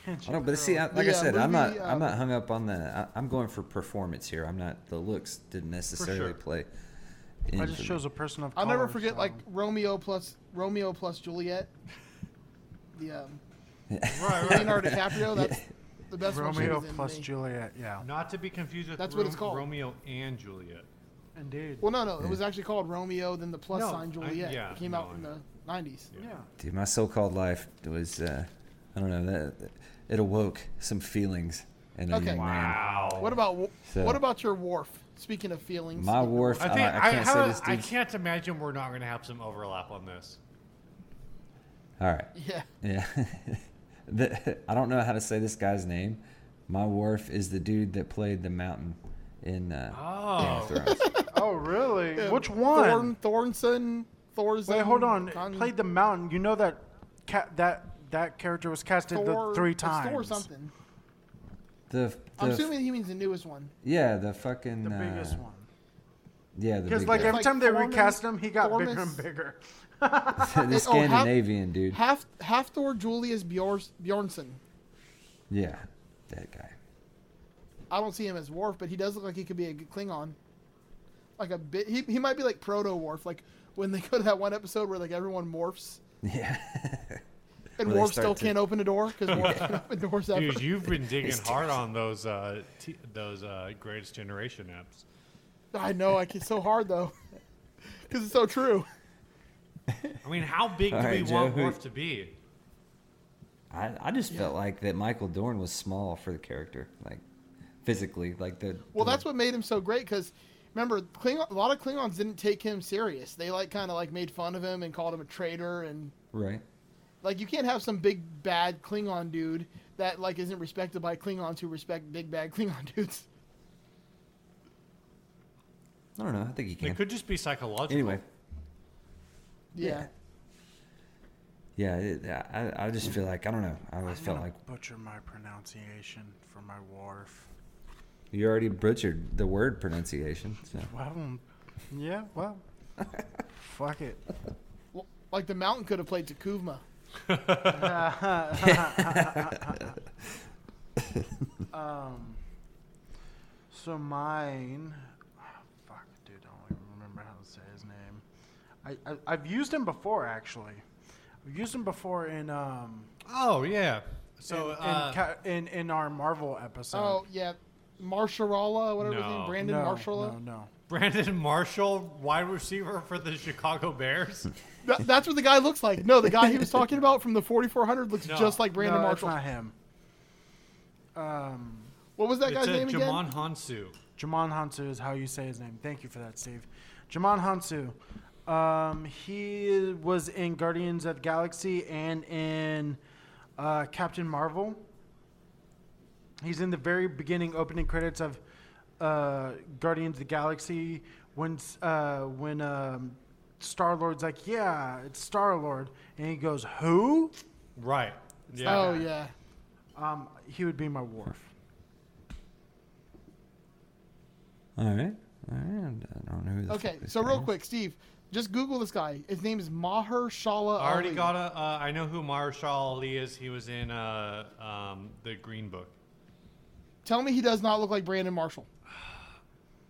Can't I you don't. But see, girl? I, like I The, uh, said, I'm not. movie, I'm uh, not hung up on the. I, I'm going for performance here. I'm not. The looks didn't necessarily sure. play. I in just for me. chose a person of. I'll never color, forget so- like Romeo plus Romeo plus *laughs* Juliet. The um, *laughs* Right, Leonardo DiCaprio. That's the best Romeo one. she was in to plus me. Juliet. Yeah, Not to be confused with That's what it's Rom- called. Romeo and Juliet. indeed. Well, no, no, it was actually called Romeo, then the plus No, sign I- Juliet. yeah, it came no, out I in the know. '90s. yeah. Dude, my so-called life was. Uh, I don't know. That it awoke some feelings in a Okay. young man. Oh. What about Wa- So- what about your wharf? Speaking of feelings, My wharf. I I, think I, I, can't how- say this, I dude. can't imagine we're not going to have some overlap on this. All right. *laughs* Yeah, Yeah. *laughs* the, I don't know how to say this guy's name. My wharf is the dude that played the mountain in uh, Game Oh, of Thrones. Oh really? Which one? Thorn, Thornson, Thorson. Wait, hold on. Con- Played the mountain. You know that ca- that that character was casted the Thor- three it's Thor times. something. The, the I'm assuming he means the newest one. yeah, the fucking The uh, biggest one. Yeah, the Because big like It's every guy. like time they Thorman- recast him, he got bigger Thormus- and bigger. *laughs* the it- oh, how- Scandinavian dude. Half half Thor Julius Bjors, Bjornsson. yeah, that guy. *laughs* I don't see him as Worf, but he does look like he could be a good Klingon. Like a bit, he, he might be like proto Worf. Like when they *laughs* go to that one episode where like everyone morphs Yeah. and Where they Worf still start to- can't open a door *laughs* because Worf can open doors. Ever. dude, you've been digging It's hard on those uh, t- those uh, Greatest Generation apps. I know, like it's so hard though, *laughs* because it's so true. I mean, how big All do we right, Joe, want who- Worf to be? I, I just felt like that Michael Dorn was small for the character, like physically, like the. Well, the- that's what made him so great. Because remember, Klingon, a lot of Klingons didn't take him serious. They like kind of like made fun of him and called him a traitor. And right. like you can't have some big bad Klingon dude that like isn't respected by Klingons who respect big bad *laughs* Klingon dudes. I don't know. I think he can. It could just be psychological. Anyway, Yeah. yeah, it, I I just feel like I don't know. I always I'm felt gonna like butcher my pronunciation for my wharf. you already butchered the word pronunciation. So. Well, um, yeah, *laughs* well, fuck it. Well, Like the mountain could have played Takuvma. *laughs* um, so mine. *sighs* ah, fuck, dude, I don't even remember how to say his name. I, I I've used him before actually. I've used him before in um. Oh yeah, So in, uh, ca- in in our Marvel episode. Oh yeah, Marsharala, whatever his No. name, Brandon no, Marsharala. no, no. Brandon Marshall, wide receiver for the Chicago Bears. Th- that's what the guy looks like. No, the guy he *laughs* was talking about from the 4400 looks No. just like Brandon no, Marshall. It's not him. Um, What was that it's guy's a name again? Jamon Hansu. Jamon Hansu is how you say his name. Thank you for that, Steve. Jamon Hansu. Um, he was in Guardians of the Galaxy and in uh, Captain Marvel. He's in the very beginning opening credits of uh, Guardians of the Galaxy when s- uh, when um, Star Lord's like, "Yeah, it's Star Lord," and he goes, "Who?" Right. Yeah. Oh yeah. Um, he would be my wharf. All right. All right. I don't know who the Okay, fuck this so guy real is. quick, Steve, just Google this guy. His name is Maher Shala. I already Ali. got a. Uh, I know who Marshall Ali is. He was in uh, um, the Green Book. Tell me he does not look like Brandon Marshall.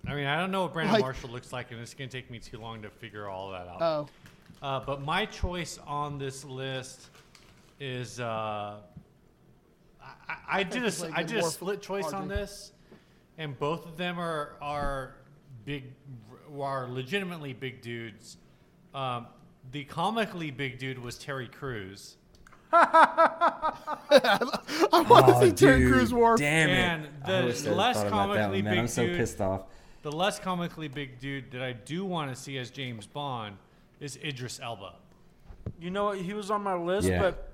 I mean, I don't know what Brandon Like- Marshall looks like, and it's going to take me too long to figure all that out. Oh, Uh, but my choice on this list is uh, I, I- I did a, s- like I the did a more split choice on RJ. this, and both of them are are big are legitimately big dudes. Um, the comically big dude was Terry Crews, *laughs* I want to Oh, see Terry dude, Crews war. Damn it. And I the wish I had less thought about that comically one, man. I'm big so dude- pissed off. the less comically big dude that I do want to see as James Bond is Idris Elba. You know what? He was on my list, Yeah. but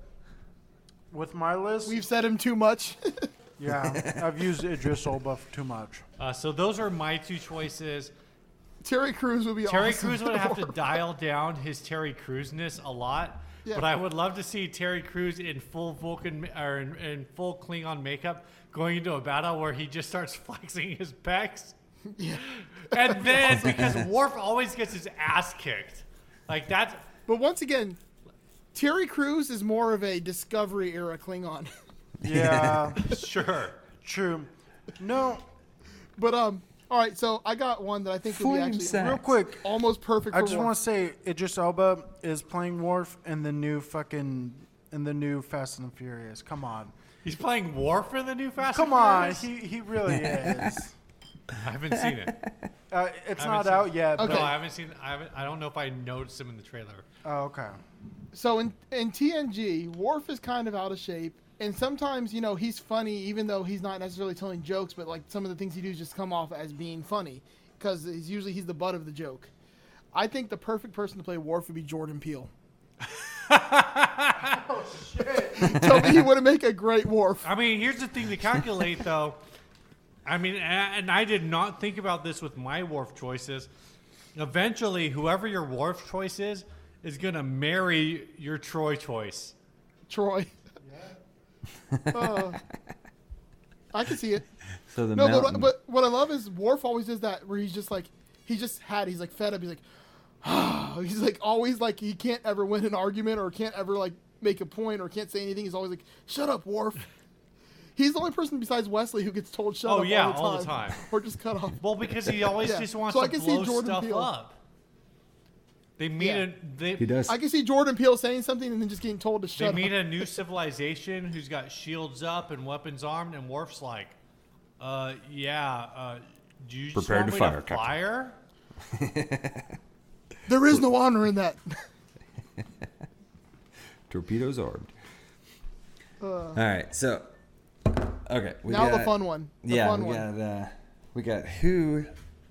with my list, We've said him too much. *laughs* yeah, I've used Idris Elba f- too much. Uh, so those are my two choices. Terry Crews would be Terry awesome Crews to would have to war. dial down his Terry Crews-ness a lot, Yeah. but I would love to see Terry Crews in full Vulcan or in, in full Klingon makeup going into a battle where he just starts *laughs* flexing his pecs. *laughs* And then because Worf always gets his ass kicked, like that's *laughs* But once again, Terry Crews is more of a Discovery era Klingon. *laughs* Yeah, sure. true. No, but um, all right. So I got one that I think would be Flame actually sack. real quick, almost perfect. For I just war. want to say Idris Elba is playing Worf in the new fucking in the new Fast and the Furious. Come on, He's playing Worf for the new Fast. and come on, Furious? he he really is. I haven't seen it. Uh, it's I haven't not seen- out yet. Okay. No, I haven't seen. I haven't, I don't know if I noticed him in the trailer. But, oh, okay. So in in TNG, Worf is kind of out of shape, and sometimes you know he's funny even though he's not necessarily telling jokes, but like some of the things he does just come off as being funny because he's usually he's the butt of the joke. I think the perfect person to play Worf would be Jordan Peele. *laughs* oh shit! Tell me he wouldn't make a great Worf. I mean, here's the thing to calculate, *laughs* though. I mean, a- and I did not think about this with my wharf choices. Eventually, whoever your wharf choice is, is going to marry your Troy choice. Troy. Uh, I can see it. So the No, but, mountain. but what I love is Worf always does that where he's just like he just had he's like fed up. He's like, he's like *sighs* always like he can't ever win an argument or can't ever like make a point or can't say anything. He's always like, shut up, Worf. *laughs* He's the only person besides Wesley who gets told shut Oh, up yeah, all, the all the time. *laughs* or just cut off. Well, because he *laughs* always Yeah. just wants So I to can see blow Jordan stuff Peele. up. They meet Yeah. a they, he does. I can see Jordan Peele saying something and then just getting told to they shut meet up. a new civilization who's got shields up and weapons armed, and Worf's like, "Uh, yeah, uh, do you just Prepare want to me fire, to Captain. fire?" There is no honor in that. *laughs* Torpedoes armed. All right. So. Okay. We now got, the fun one. The yeah, fun we one. got uh, we got who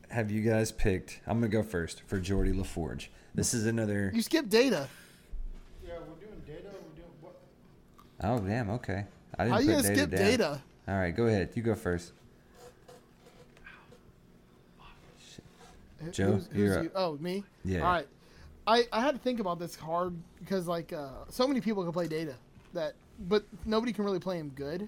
have you guys picked? I'm gonna go first for Jordy LaForge. This is another. You skip data. Yeah, we're doing data. We're doing what? Oh damn. Okay. I didn't How put you gonna data skip down. data? All right. Go ahead. You go first. Joe, you're up. Oh, me? Yeah. All right. I, I had to think about this hard because, like, uh, so many people can play Data, that, but nobody can really play him good.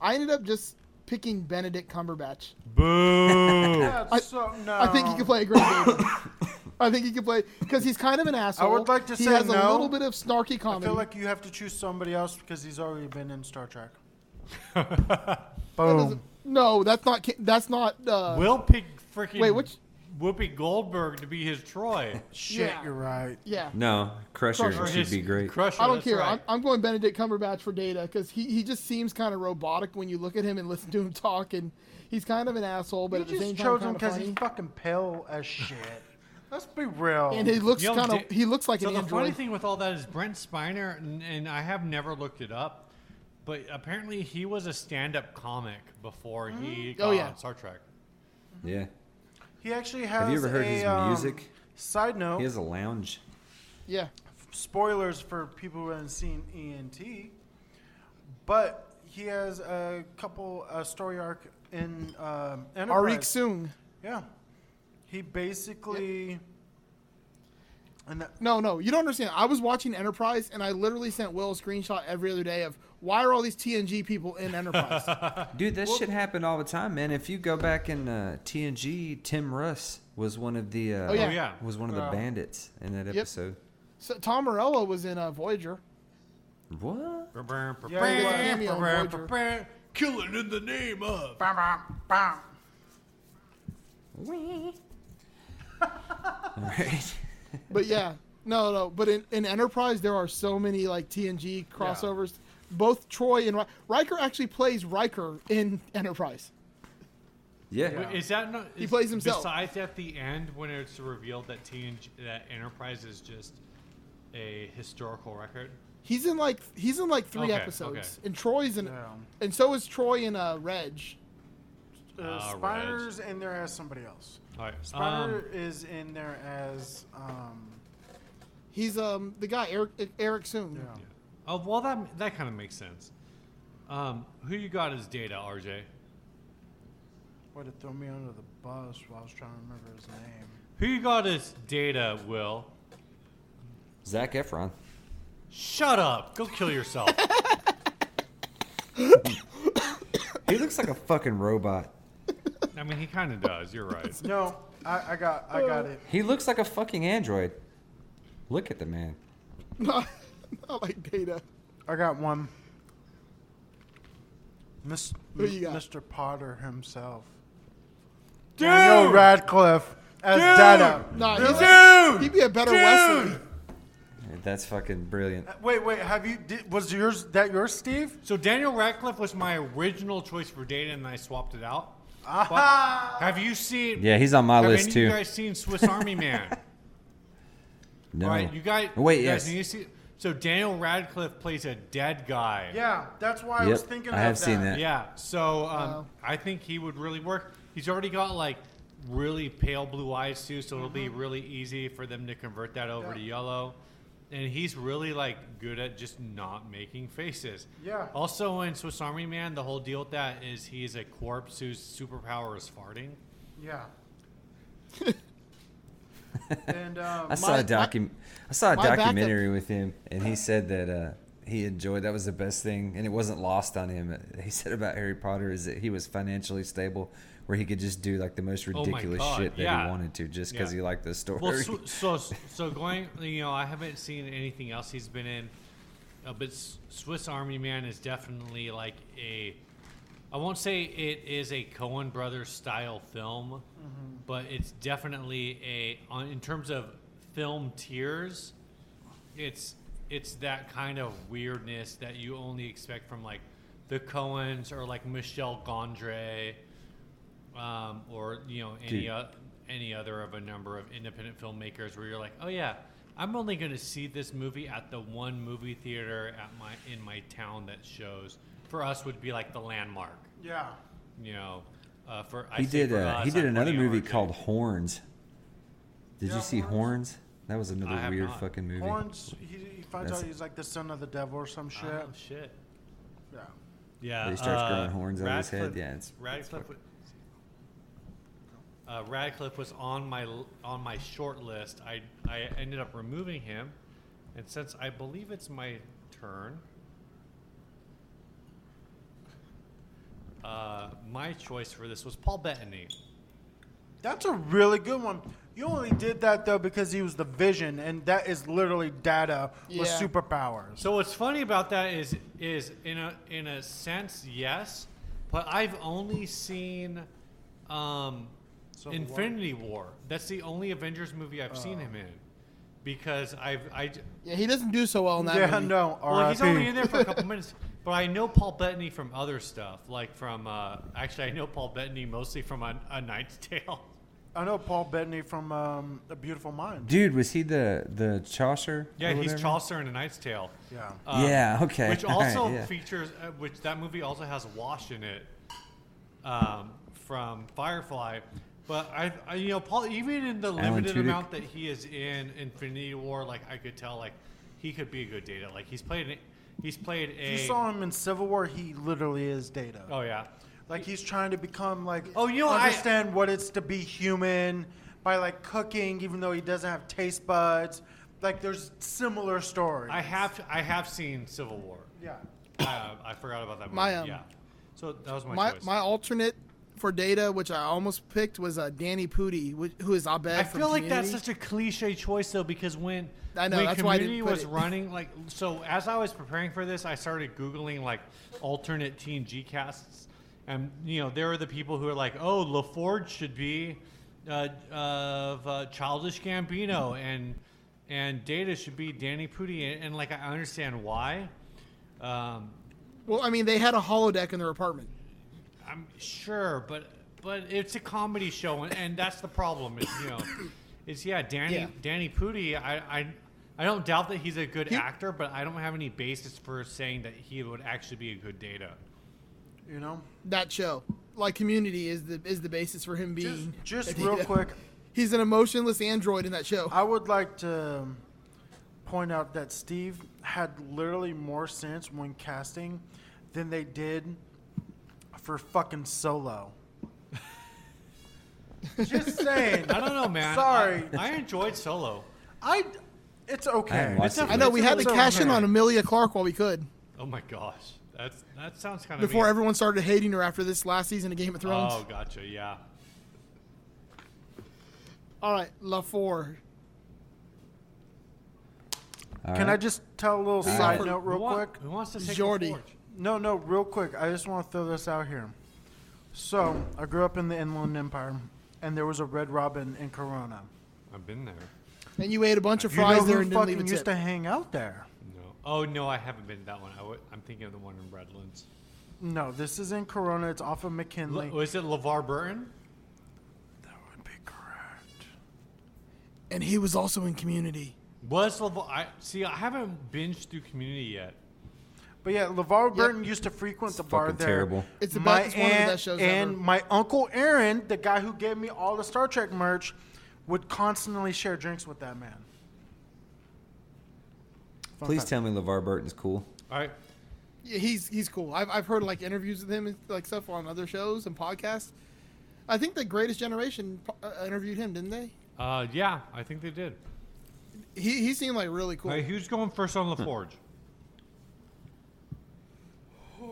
I ended up just picking Benedict Cumberbatch. Boo! That's so, no. I think he can play *laughs* a great Data. I think he can play because he's kind of an asshole. would like to he say has a no. little bit of snarky I comedy. feel like you have to choose somebody else because he's already been in Star Trek. That doesn't- Boom. no, that's not. ca- That's not. Uh, Will pick freaking wait, which Whoopi Goldberg to be his Troy. Shit, Yeah. you're right. Yeah. No, Crusher Crusher Or should his be great. Crusher, I don't that's care. right. I'm, I'm going Benedict Cumberbatch for Data because he, he just seems kind of robotic when you look at him and listen to him talk, and he's kind of an asshole, but But at you the same just time, chose him kind of because he's funny. fucking pale as shit. *laughs* Let's be real. And he looks Yo, kind of di- he looks like so an the funny android. thing with all that is Brent Spiner, and, and I have never looked it up, but apparently he was a stand-up comic before he got Oh, yeah. on Star Trek. Yeah. he actually has. Have you ever heard a, his um, music? Side note: He has a lounge. yeah, spoilers for people who haven't seen ENT, but he has a couple a story arc in um, Enterprise. Arik Soong. Yeah, he basically. And that, No, no, you don't understand. I was watching Enterprise, and I literally sent Will a screenshot every other day of why are all these TNG people in *laughs* Enterprise? Dude, that shit happened all the time, man. If you go back in uh, TNG, Tim Russ was one of the uh, Oh, yeah. Oh, yeah. was one of the Wow. bandits in that episode. so Tom Morello was in uh, Voyager. What? Yeah, he was. Killing in the name of. All *laughs* right. But yeah, no, no. But in, in Enterprise, there are so many like TNG crossovers. Both Troy and Ri- Riker actually plays Riker in Enterprise. Yeah. Is that not? He is- plays himself. Besides, at the end when it's revealed that TNG, that Enterprise is just a historical record. He's in like he's in like three Okay, episodes, and Troy's in, Yeah. and so is Troy and uh, Reg. uh, Ah, Spiders in there as somebody else. All right. Spider Um, is in there as um, He's um the guy Eric Eric Soon. yeah. oh well, that that kind of makes sense. Um, who you got as Data, RJ? Way to throw me under the bus while I was trying to remember his name. Who you got as Data, Will? Zach Efron. Shut up. Go *laughs* kill yourself. He looks like a fucking robot. I mean, he kind of does. You're right. No, I, I got, I got it. He looks like a fucking android. Look at the man. *laughs* not, not like Data. I got one. Miss, Who you got? Mr. Potter himself. Dude! Daniel Radcliffe as Data. Nah, he's- Dude! he'd be a better Wesley. That's fucking brilliant. Wait, wait. Have you? Did, was yours that yours, *laughs* Steve? So Daniel Radcliffe was my original choice for Data, and I swapped it out. Aha! Have you seen? Yeah, he's on my have list any of too. You guys seen Swiss Army Man? *laughs* no. All right, you guys. Wait, you guys yes. need to see- so Daniel Radcliffe plays a dead guy. Yeah, that's why I Yep, was thinking. I of have seen that. Yeah, So um, Wow. I think he would really work. He's already got like really pale blue eyes too, so it'll be really easy for them to convert that over Uh-huh. Yeah. to yellow. And he's really like good at just not making faces. Yeah. Also in Swiss Army Man, the whole deal with that is he's a corpse whose superpower is farting. *laughs* Yeah. and um, I saw My- a docu- I saw a my backup- documentary with him, and he said that uh, he enjoyed that was the best thing, and it wasn't lost on him. He said about Harry Potter is that he was financially stable, where he could just do like the most Oh my ridiculous God, shit that yeah. he wanted to, just because Yeah. he liked the story. Well, so, so so going, you know, I haven't seen anything else he's been in, uh, but S- Swiss Army Man is definitely like a. I won't say it is a Coen Brothers style film, but it's definitely a. On, in terms of film tiers, it's it's that kind of weirdness that you only expect from like the Coens or like Michelle Gondry, um, or you know any Dude. o- any other of a number of independent filmmakers where you're like, oh yeah, I'm only going to see this movie at the one movie theater at my in my town that shows. For us, would be like the landmark, yeah, you know. Uh, for I he say did. for Uh, us, he did I'm another pointing at movie RJ. called Horns. Did Yeah, you see Horns. Horns? That was another have weird not. fucking movie. Horns. He, he finds That's- out he's like the son of the devil or some shit. Oh shit! yeah. Yeah, That he starts uh, growing horns out of his head. Radcliffe- Yeah, it's- it's Radcliffe. fucking- wa- uh, Radcliffe was on my l- on my short list. I I ended up removing him, and since I believe it's my turn, uh, my choice for this was Paul Bettany. That's a really good one. You only did that though because he was the Vision, and that is literally Data with Yeah. superpowers. So what's funny about that is is in a in a sense yes, but I've only seen um, Civil War. Infinity War. That's the only Avengers movie I've seen him in, because I've I j- Yeah, he doesn't do so well in that Yeah, movie. no. well, he's RIP. only in there for a couple *laughs* minutes. But I know Paul Bettany from other stuff, like from uh, actually I know Paul Bettany mostly from a, a Knight's Tale. I know Paul Bettany from um, A Beautiful Mind. Dude, was he the the Chaucer? or Yeah, he's whatever? Chaucer in a Knight's Tale. Yeah. Um, Yeah, okay. Which All right, also yeah. features, uh, which that movie also has Wash in it um, from Firefly. But I, I, you know, Paul, even in the Alan limited Tudyk. amount that he is in Infinity War, like I could tell, like he could be a good data. Like he's played, an, he's played a. If you saw him in Civil War, he literally is Data. Oh yeah. Like he's trying to become like Oh, you know, I- understand what it's to be human by like cooking, even though he doesn't have taste buds. Like there's similar stories. I have, I have seen Civil War. yeah. Uh, I forgot about that movie. My, um, yeah. So that was my, My choice. my alternate for Data, which I almost picked, was uh, Danny Pooty, wh- who is Abed. I from feel like that's Community. such a cliche choice though, because when I know, when that's why I community didn't put was it. *laughs* running, like so as I was preparing for this, I started googling like alternate teen G casts, and you know there are the people who are like, oh, LaForge should be uh, of uh, Childish Gambino, and and Data should be Danny Pudi, and, and like I understand why. Um, Well, I mean, they had a holodeck in their apartment. I'm sure, but but it's a comedy show, and, and that's the problem. Is, you know, it's yeah, Danny Yeah. Danny Pudi. I, I I don't doubt that he's a good He- actor, but I don't have any basis for saying that he would actually be a good data. You know? That show, like Community, is the is the basis for him Just, being. just a real data. quick, *laughs* He's an emotionless android in that show. I would like to um, point out that Steve had literally more sense when casting than they did for fucking *laughs* solo. Just saying. I don't *laughs* know, man. Sorry. I, I enjoyed Solo. I it's okay. haven't watched It's it a- yet. I know we it's a- had to it's a- cash in on Amelia Clark while we could Oh my gosh, that's that sounds kind of before everyone started hating her after this last season of Game of Thrones. Oh, gotcha. Yeah. All right, LaFour. All Can I right. just tell a little Yeah. side Who note real who wa- quick? Who wants to take Jordy. The forge? No, no, real quick. I just want to throw this out here. So, I grew up in the Inland Empire, and there was a Red Robin in Corona. I've been there. And you ate a bunch of You know fries there who and didn't fucking leave a used tip. to hang out there? No. Oh no, I haven't been to that one. I w- I'm thinking of the one in Redlands. No, this is in Corona. It's off of McKinley. L- was it LeVar Burton? that would be correct. and he was also in Community. Was level? I see. I haven't binged through Community yet. But yeah, LeVar Burton used to frequent the bar fucking there. terrible. It's the my best- it's one of the aunt best shows and ever. my uncle Aaron, the guy who gave me all the Star Trek merch, would constantly share drinks with that man. Fun Please fact. tell me LeVar Burton's cool. All right. Yeah, he's he's cool. I've, I've heard like interviews with him and like stuff on other shows and podcasts. I think the Greatest Generation po- uh, interviewed him, didn't they? Uh, yeah, I think they did. He, he seemed like really cool. All right, who's going first on LaForge?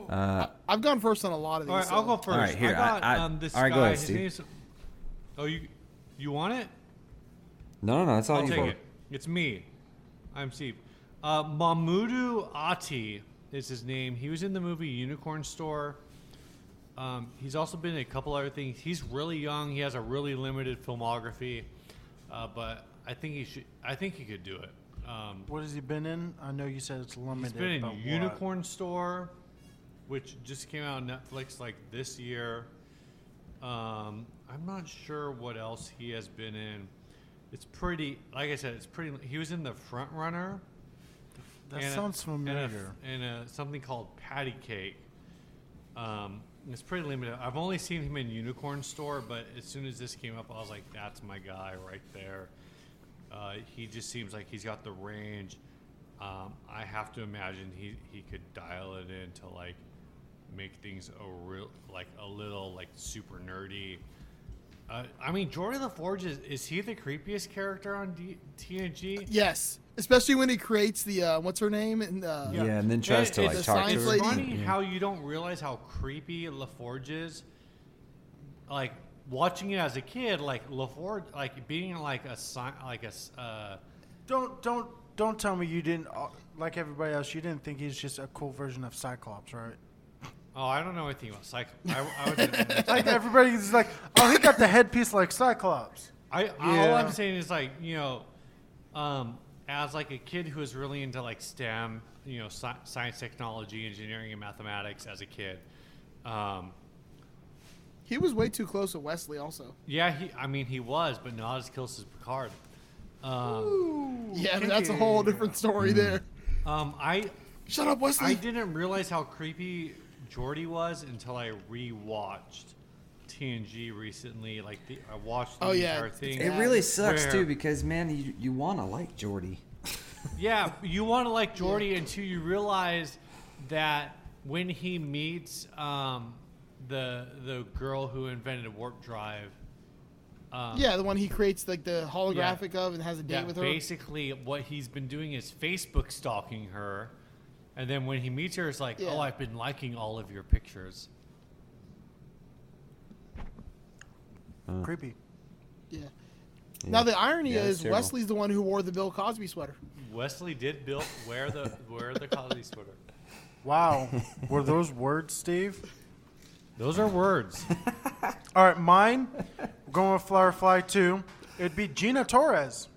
Uh, I've gone first on a lot of these. All right, I'll go so- first. All right, here, I got I- I- um, this all right, guy. go ahead, his Steve. name's- oh, you you want it? no, no, no. That's all I'll you take for. it. It's me. I'm Steve. Uh, Mamoudou Ati is his name. He was in the movie Unicorn Store. Um, he's also been in a couple other things. He's really young. He has a really limited filmography, uh, but I think he should. I think he could do it. Um, What has he been in? I know you said it's limited. He's been but in what? Unicorn Store, which just came out on Netflix like this year. Um, I'm not sure what else he has been in. It's pretty, like I said, it's pretty. He was in The Front Runner. That and a- sounds and a- familiar. And a, something called Patty Cake. Um, it's pretty limited. I've only seen him in Unicorn Store, but as soon as this came up, I was like, "That's my guy right there." Uh, he just seems like he's got the range. Um, I have to imagine he, he could dial it in to like make things a real like a little like super nerdy. Uh, I mean, Jordan the Forge is, is he the creepiest character on D- TNG? Yes, especially when he creates the uh, what's her name and uh, Yeah, and then tries It- to like it's talk to science her. Mm-hmm. lady. It's funny Yeah. how you don't realize how creepy LaForge is. Like watching it as a kid, like LaForge, like being like a sci- like a s- uh, Don't don't don't tell me you didn't uh, like everybody else. You didn't think he's just a cool version of Cyclops, right? Oh, I don't know anything about Cyclops. I, I, *laughs* would, Like everybody's like, oh, he got the headpiece like Cyclops. I all Yeah. I'm saying is like you know, um, as like a kid who was really into like STEM, you know, sci- science, technology, engineering, and mathematics as a kid. Um, He was way too close to Wesley, also. yeah, he, I mean, he was, but not as close as Picard. Um, Yeah, but that's a whole different story there. um, I Shut up, I Wesley. didn't realize how creepy Jordy was until I rewatched TNG recently. Like the, I watched the Oh, yeah. entire thing. It really sucks Where- too because man, you, you want to like Jordy. Yeah, you want to like Jordy until you realize that when he meets um, the the girl who invented warp drive, um, yeah, the one he creates like the holographic of and has a date that with her. basically what he's been doing is Facebook stalking her, and then when he meets her, it's like, Yeah. oh, I've been liking all of your pictures. Creepy. Yeah. Now the irony Yeah, it's is terrible. Wesley's the one who wore the Bill Cosby sweater. Wesley did build wear the wear the Cosby sweater. Wow. Were those words, Steve? Those are words. All right, mine. We're going with Flower Fly 2. It'd be Gina Torres.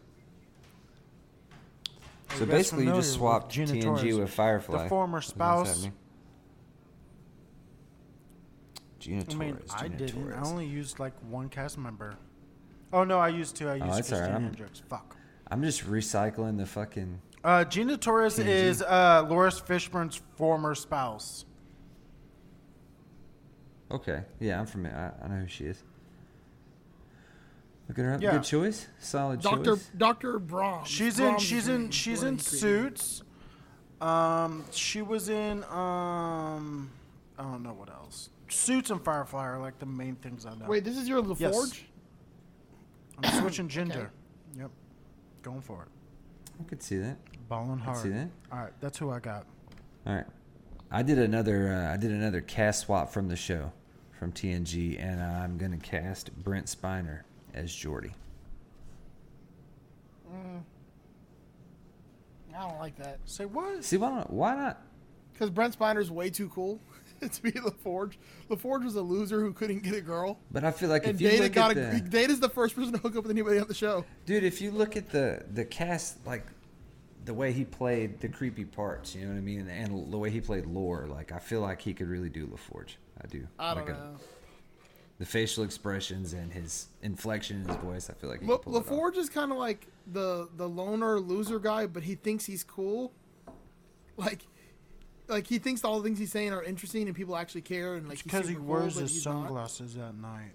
Are So you guys basically, you familiar just with swapped Gina TNG Torres? with Firefly. The former Is that what's spouse. happening? Gina I Torres. mean, I Gina didn't. Torres. I only used like one cast member. Oh no, I used two. I used that's all right. Christina I'm- Hendricks. Fuck. I'm just recycling the fucking. Uh, Gina Torres TNG. is uh, Loris Fishburne's former spouse. Okay, yeah, I'm from. I, I know who she is. Look at her up. Yeah. Good choice. Solid Doctor choice. Doctor Brom. She's in. She's in. She's in Suits. Um, she was in. Um, I don't know what else. Suits and Firefly are like the main things I know. Wait, this is your LaForge? Yes. I'm *clears throat* switching gender. Yep, going for it. I could see that. Balling I hard. could see that. All right, that's who I got. All right. I did another. Uh, I did another cast swap from the show, from TNG, and I'm gonna cast Brent Spiner as Jordy. I don't like that. Say what? See why not? Why not? Because Brent Spiner's way too cool *laughs* to be LaForge. LaForge was a loser who couldn't get a girl. But I feel like And if you Data look got at a, the Data's the first person to hook up with anybody on the show. dude, if you look at the the cast, like the way he played the creepy parts, you know what I mean, and the way he played lore, like I feel like he could really do LaForge. I do. I don't like a- know. the facial expressions and his inflection in his voice. I feel like he La- could pull it off. LaForge is kind of like the the loner loser guy, but he thinks he's cool. Like, like he thinks all the things he's saying are interesting and people actually care. And like Because he he's super wears cool, but his he's not. sunglasses at night.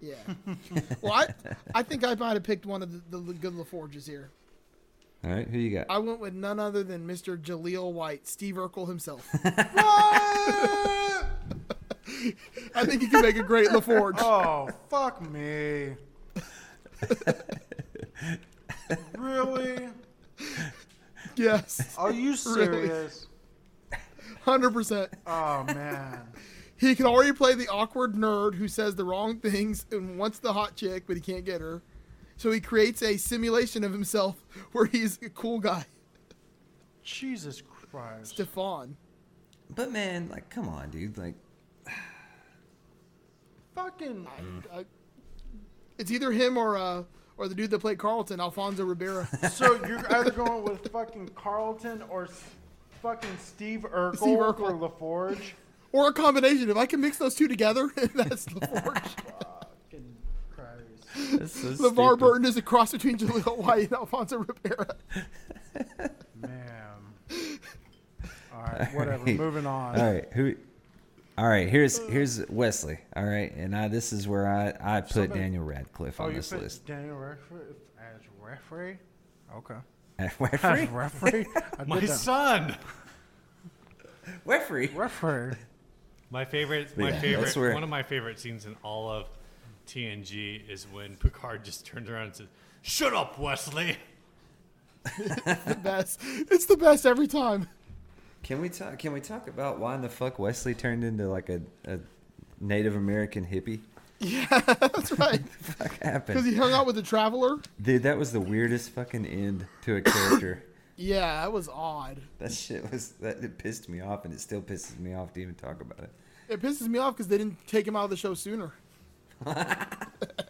Yeah. *laughs* well, I I think I might have picked one of the, the good LaForges here. All right, who you got? I went with none other than Mr. Jaleel White, Steve Urkel himself. *laughs* I think he can make a great LaForge. Oh, fuck me. really? Yes, *laughs* Are you serious? hundred percent. Oh, man. He can already play the awkward nerd who says the wrong things and wants the hot chick, but he can't get her. So he creates a simulation of himself *laughs* where he's a cool guy, Jesus Christ. *laughs* Stefan. But man, like, come on, dude. Like, Fucking. I, it's either him or uh, or the dude that played Carlton, Alfonso Rivera. So you're either going with fucking Carlton or s- fucking Steve Urkel, Steve Urkel. or LaForge? or a combination. If I can mix those two together, *laughs* that's LaForge. Fucking Christ. that's *laughs* so LeVar stupid. Burton is a cross between Jaleel White and Alfonso Rivera. Man. All right, whatever. right. Moving on. All right, who? All right, here's here's Wesley. All right, and I this is where I I put Somebody- Daniel Radcliffe Oh, on you this *laughs* put list. Daniel Redford as referee? Okay. As *laughs* Referee, referee? I *laughs* My did that. son. referee. Referee. My favorite, my Yeah, favorite, that's where- one of my favorite scenes in all of TNG is when Picard just turns around and says, "Shut up, Wesley." The best. It's the best every time. *laughs* Can we talk? Can we talk about why in the fuck Wesley turned into like a, a Native American hippie? *laughs* That's right. Fuck Because *laughs* happened, he hung out with the Traveler. dude. That was the weirdest fucking end to a character. Yeah, that was odd. That shit was that it pissed me off, and it still pisses me off to even talk about it. It pisses me off because they didn't take him out of the show sooner. *laughs*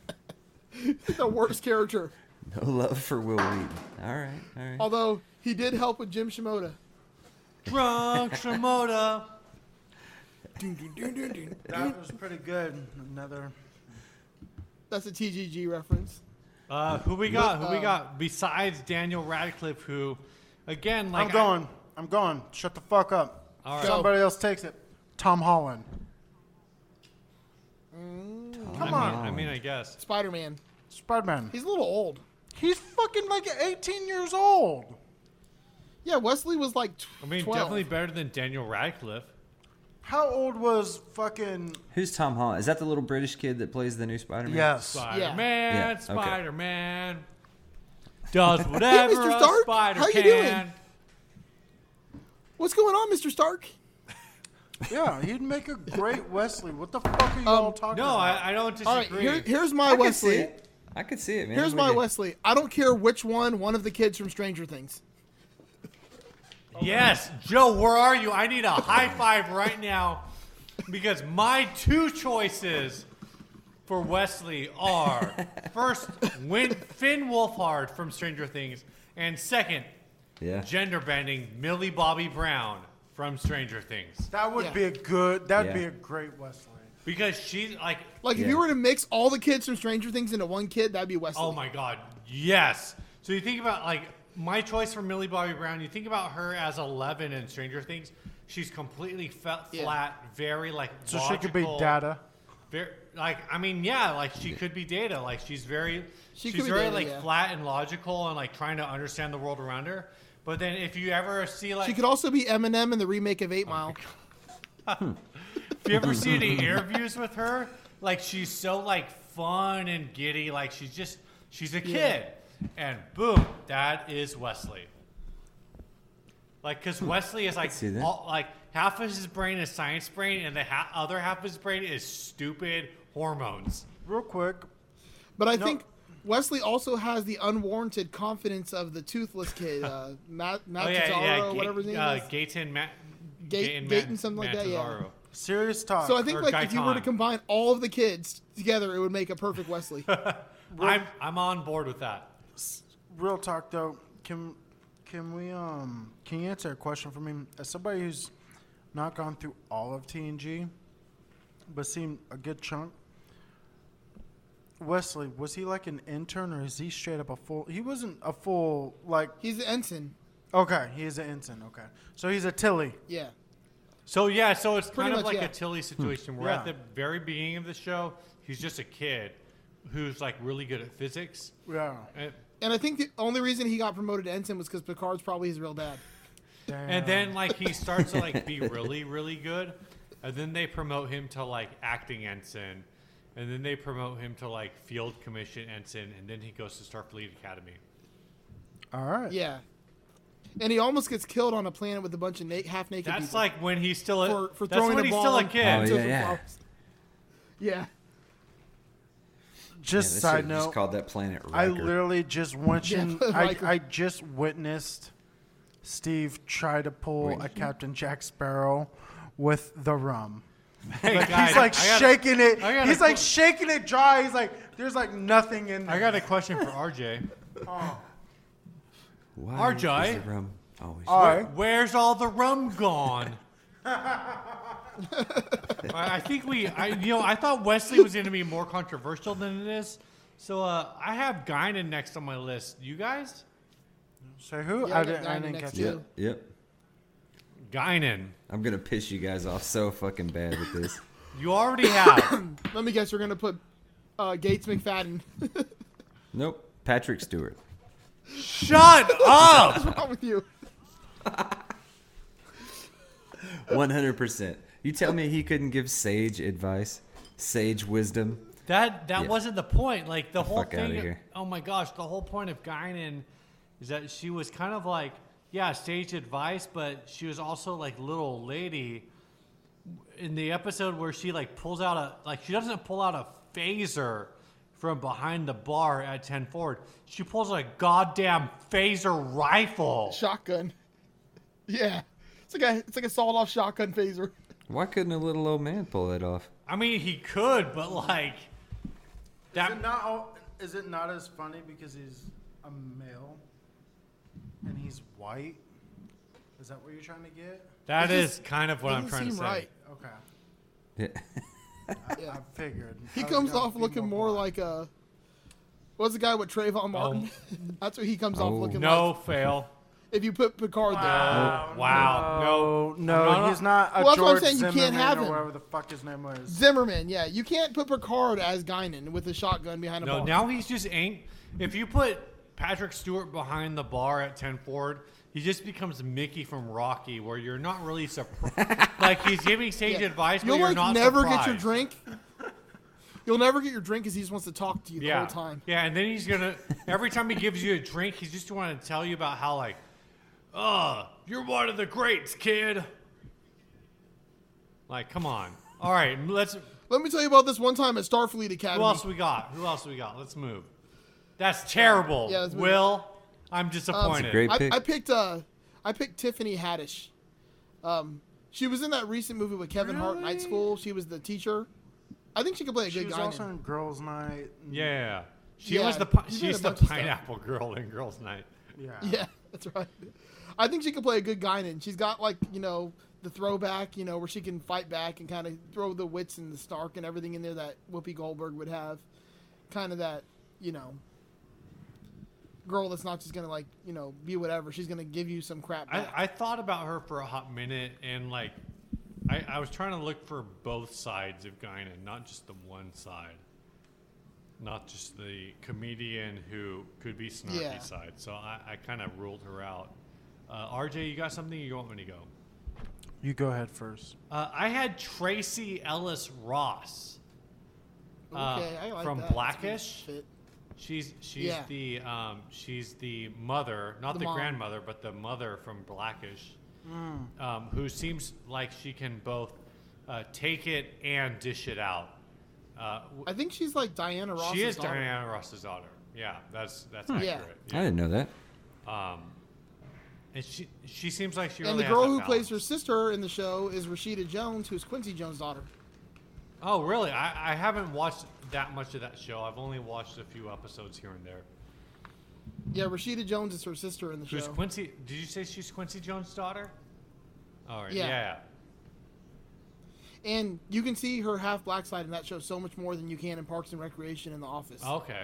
the worst character. No love for Will Wheaton. All right, all right. Although he did help with Jim Shimoda. *laughs* Drunk Shimoda. That was pretty good. Another. That's a TGG reference. Uh, who we got? Who we got? Besides Daniel Radcliffe, who, again, like I'm going. I'm going. Shut the fuck up. All right. Somebody else takes it. Tom Holland. I, Come mean, on. I mean, I guess. Spider Man. Spider Man. He's a little old. He's fucking like 18 years old. Yeah, Wesley was like tw- I mean, 12. definitely better than Daniel Radcliffe. How old was fucking. Who's Tom Holland? Is that the little British kid that plays the new Spider-Man? Yes. Spider Man, Yeah, okay. Spider Man *laughs* does whatever Mr. a Stark, spider how you doing? can. What's going on, Mr. Stark? Yeah, he'd make a great Wesley. What the fuck are you all talking No, about? I, I don't All right, disagree. here, here's my I could see Wesley. it. I could see it, man. Here's We my could- Wesley. I don't care which one, one of the kids from Stranger Things. Yes, Joe, where are you? I need a high five right now because my two choices for Wesley *laughs* are first, Win- Finn Wolfhard from Stranger Things, and second, Yeah. gender bending Millie Bobby Brown from Stranger Things. That would Yeah. be a good. That'd be Yeah. a great Wesley. Because she's like, Like, if Yeah. you were to mix all the kids from Stranger Things into one kid, that'd be Wesley. oh my God, yes. So you think about like my choice for Millie Bobby Brown, you think about her as 11 in Stranger Things. She's completely fe- Yeah. flat, very like So she could be logical. data. Very, like I mean, yeah, like she could be data. Like she's very, She could she's be very Data, like yeah. flat and logical and like trying to understand the world around her. But then if you ever see like She could also be Eminem in the remake of Oh Eight Mile. if you *laughs* ever see any interviews with her, like she's so like fun and giddy. Like she's just she's a kid, and boom, that is Wesley. Like because Wesley is like Hmm. see that. all, like half of his brain is science brain, and the ha- other half of his brain is stupid hormones. Real quick. But I think Wesley also has the unwarranted confidence of the toothless kid, uh, *laughs* Oh, Matt, Matt Tazzaro, Ga- whatever his name uh, is. Gaten, Ma- Ga- Gaten, Gaten, something like that, yeah. Mantanaro. Serious talk. So I think or like if you were to Gaetan. combine all of the kids together, it would make a perfect *laughs* Wesley. I'm I'm on board with that. Real talk though. Can can we um can you answer a question for me? As somebody who's not gone through all of TNG, but seen a good chunk. Wesley, was he like an intern or is he straight up a full he wasn't a full like He's the ensign. okay, he is an ensign, okay. So he's a Tilly. Yeah. So yeah, so it's Pretty kind of much, like yeah. a Tilly Hmm. situation. We're at Yeah. the very beginning of the show. He's just a kid who's like really good at physics. Yeah. And, And I think the only reason he got promoted to ensign was because Picard's probably his real *laughs* dad. Damn. and then like he starts to *laughs* like be really really good, and then they promote him to like acting ensign, and then they promote him to like field commission ensign, and then he goes to Starfleet Academy. all right. Yeah. And he almost gets killed on a planet with a bunch of na- half naked That's people. like when he's still a, For- for that's throwing when a he's still a bomb. kid. Oh, yeah, yeah. yeah. Yeah, they Just should've side just note. called that planet Riker. I literally just went Yeah, *laughs* in, I, Riker. I just witnessed Steve try to pull a Captain Jack Sparrow with the rum. Hey, *laughs* guys, He's like I got- shaking it. I gotta He's like qu- shaking it dry. He's like, there's like nothing in there. I got a question for RJ. Why RJ? is the rum always- all right. Where's all the rum gone? I I think we, I, you know, I thought Wesley was going to be more controversial than it is. So uh, I have Guinan next on my list. You guys? So who? Yeah, I I got didn't, I Diamond didn't next catch to it. Yep. you. Yep. Guinan. I'm gonna piss you guys off so fucking bad with this. *laughs* You already have. Let me guess, we're gonna put uh, Gates McFadden. *laughs* Nope. Patrick Stewart. Shut up! What's with you? 100%. You tell me he couldn't give sage advice, sage wisdom. That that Yeah. wasn't the point. Like the whole fuck outta thing. here. Oh my gosh, the whole point of Guinan is that she was kind of like, yeah, stage advice, but she was also like little lady. In the episode where she like pulls out a like she doesn't pull out a phaser from behind the bar at 10 forward. She pulls a goddamn phaser rifle. Shotgun. *laughs* Yeah. It's like a it's like a sawed off shotgun phaser. Why couldn't a little old man pull that off? I mean, he could, but like Is it that. not? All, is it not as funny because he's a male and he's white? Is that what you're trying to get? That it is just kind of what I'm Doesn't trying to seem say. right. Okay, Yeah. *laughs* I figured. He I was comes gonna off be looking more blunt. like a what's the guy with Trayvon Martin? *laughs* That's what he comes off Oh. looking Oh. No like. fail. If you put Picard Wow. wow. No. Oh no, I'm not- he's not a Well, that's what I'm George saying, you can't Zimmerman have or him. whatever the fuck his name was. there, Zimmerman. Yeah, you can't put Picard as Guinan with a shotgun behind a No, bar. now he's just ang If you put Patrick Stewart behind the bar at 10 forward, he just becomes Mickey from Rocky, where you're not really surprised. like, he's giving sage Yeah. advice, You'll but you're like not never surprised. get your drink. You'll never get your drink because he just wants to talk to you yeah. the whole time. Yeah, and then he's gonna every time he gives you a drink, he's just want to tell you about how like, uh, you're one of the greats, kid. Like, come on. All right, m- let's. Let me tell you about this one time at Starfleet Academy. Who else we got? Who else we got? Let's move. That's terrible. Yeah, let's move. Will, I'm disappointed. great- I, pick. I picked uh, I picked Tiffany Haddish. Um, she was in that recent movie with Kevin Hart, Night Really? School. She was the teacher. I think she could play a She good was guy. also in Girls' Night. and- yeah, she Yeah, was the pi- she did she's a the bunch of stuff. pineapple girl in Girls' Night. yeah. *laughs* Yeah, that's right. I think she could play a good guy in. She's got like you know the throwback, you know, where she can fight back and kind of throw the wits and the Stark and everything in there that Whoopi Goldberg would have. Kind of that, you know, girl that's not just gonna like you know be whatever. She's gonna give you some crap. Back. I, I thought about her for a hot minute, and like, I, I was trying to look for both sides of Guinan, not just the one side, not just the comedian who could be snarky Yeah. side. So I, I kind of ruled her out. Uh, RJ, you got something? Or you want me to go? You go ahead first. Uh, I had Tracy Ellis Ross. uh, okay, I like from that. That's a good Blackish. fit. She's she's Yeah. the um, she's the mother, not The the, mom. grandmother, but the mother from Blackish, Mm. um, who seems like she can both uh, take it and dish it out. Uh, w- I think she's like Diana Ross. she is daughter. Diana Ross's daughter. Yeah, that's that's Yeah. accurate. I didn't know that. Um, and she she seems like she And really the has girl that who plays her balance. sister in the show is Rashida Jones, who's Quincy Jones' daughter. Oh, really? I, I haven't watched that much of that show. I've only watched a few episodes here and there. Yeah, Rashida Jones is her sister in the Who's show. Quincy? Did you say she's Quincy Jones' daughter? All right. Yeah. yeah. and you can see her half black side in that show so much more than you can in Parks and Recreation and The Office. Okay.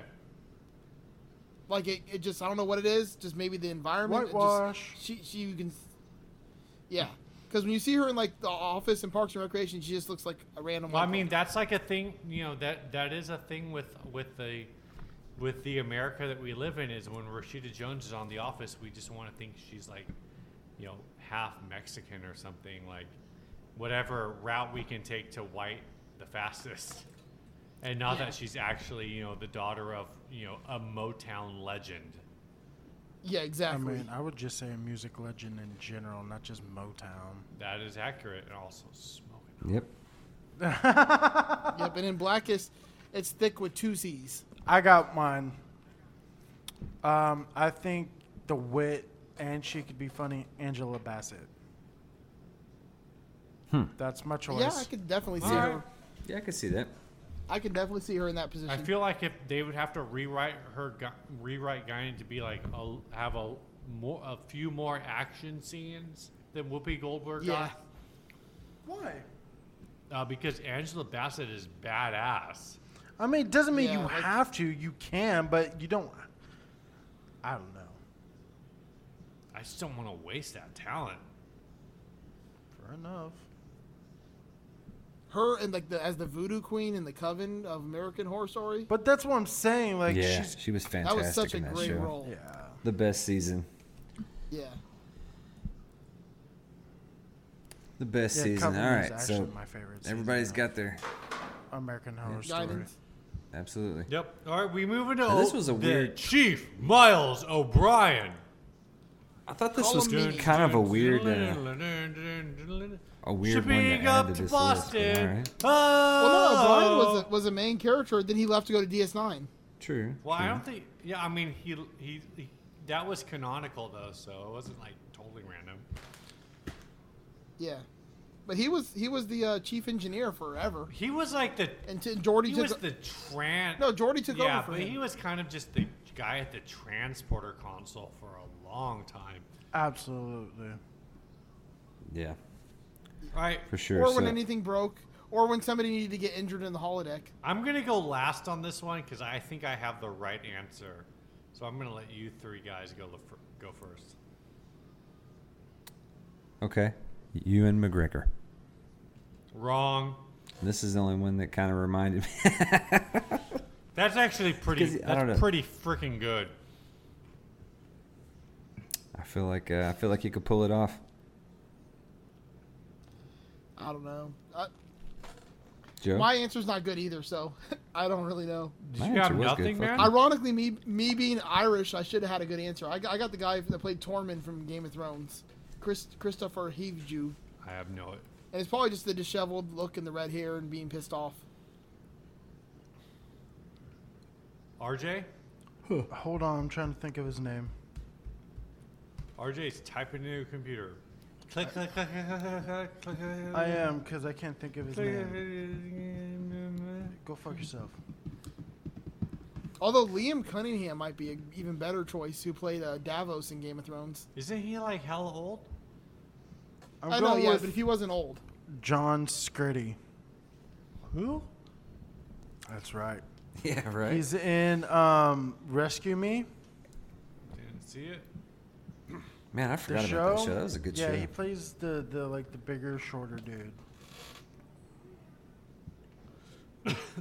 Like it, it just I don't know what it is. Just maybe the environment. it just- Whitewash. she she you can. Yeah, because when you see her in like The Office and Parks and Recreation, she just looks like a random. Well, I white mean, girl. that's like a thing. You know that that is a thing with with the with the America that we live in is when Rashida Jones is on The Office, we just want to think she's like, you know, half Mexican or something like, whatever route we can take to white the fastest, and not Yeah. that she's actually you know the daughter of you know a Motown legend. yeah, I exactly. mean, I would just say a music legend in general, not just Motown. That is accurate and also smoking. Yep. yep, and in Blackest, it's thick with two C's. I got mine. Um, I think the wit and she could be funny, Angela Bassett. That's my choice. Yeah, I could definitely see All her. right. Yeah, I could see that. I could definitely see her in that position. I feel like if they would have to rewrite her, Gu- rewrite Guinan to be like a, have a more a few more action scenes than Whoopi Goldberg Yeah. Why? got, uh, because Angela Bassett is badass. I mean, it doesn't mean Yeah, you like- have to. You can, but you don't. I don't know. I just don't want to waste that talent. Fair enough. her and like the as the voodoo queen in the coven of American Horror Story. But that's what I'm saying. Like, yeah, she's. she was that fantastic was such a in that great show. role. Yeah. The best season. Yeah. The best yeah season. Coven All was right, actually so my favorite. everybody's season got their of American Horror Story. Guidance. absolutely. Yep. All right, we move into Now, this O- was a the weird- Chief Miles O'Brien. I thought this Call was him Meanie. kind of a weird, uh, a weird one to Shipping add up to to this list. but Boston. all right. Well, no, Brian Oh, was a, was a main character. Then he left to go to DS9. True. Well, I true. don't think. Yeah, I mean, he, he he that was canonical though, so it wasn't like totally random. Yeah, but he was he was the uh, chief engineer forever, He was like the and t- Jordy he took was the tran. no Jordy took yeah, over for but him. he was kind of just the guy at the transporter console for a long time. Absolutely. Yeah, Right. for sure. or when so- anything broke, or when somebody needed to get injured in the holodeck. I'm gonna go last on this one because I think I have the right answer. So I'm gonna let you three guys go the fir- go first. okay, Ewan McGregor. Wrong. This is the only one that kind of reminded me. *laughs* That's actually pretty. 'Cause, I don't know. That's pretty freaking good. I feel like uh, I feel like you could pull it off. I don't know. Uh, Joe, my answer's not good either, so *laughs* I don't really know. Did My you answer have was good, nothing, fuck man? you. Ironically, me me being Irish, I should have had a good answer. I got, I got the guy that played Tormund from Game of Thrones, Chris, Christopher Heavju, I have no. and it's probably just the disheveled look and the red hair and being pissed off. RJ. Hold on, I'm trying to think of his name. RJ's typing into a computer. Click click click click click click, click click. click, I am because I can't think of his click, name. click. Go fuck yourself. Although Liam Cunningham might be an even better choice, who played uh, Davos in Game of Thrones. Isn't he like hella old? I'm I know, going yeah, with but if he *laughs* wasn't old, John Skirty. Who? That's right. *laughs* yeah, right. He's in um, Rescue Me. Didn't see it. *laughs* man, I The forgot show. about that show. That was a good yeah, show. he plays the, the like the bigger, shorter dude.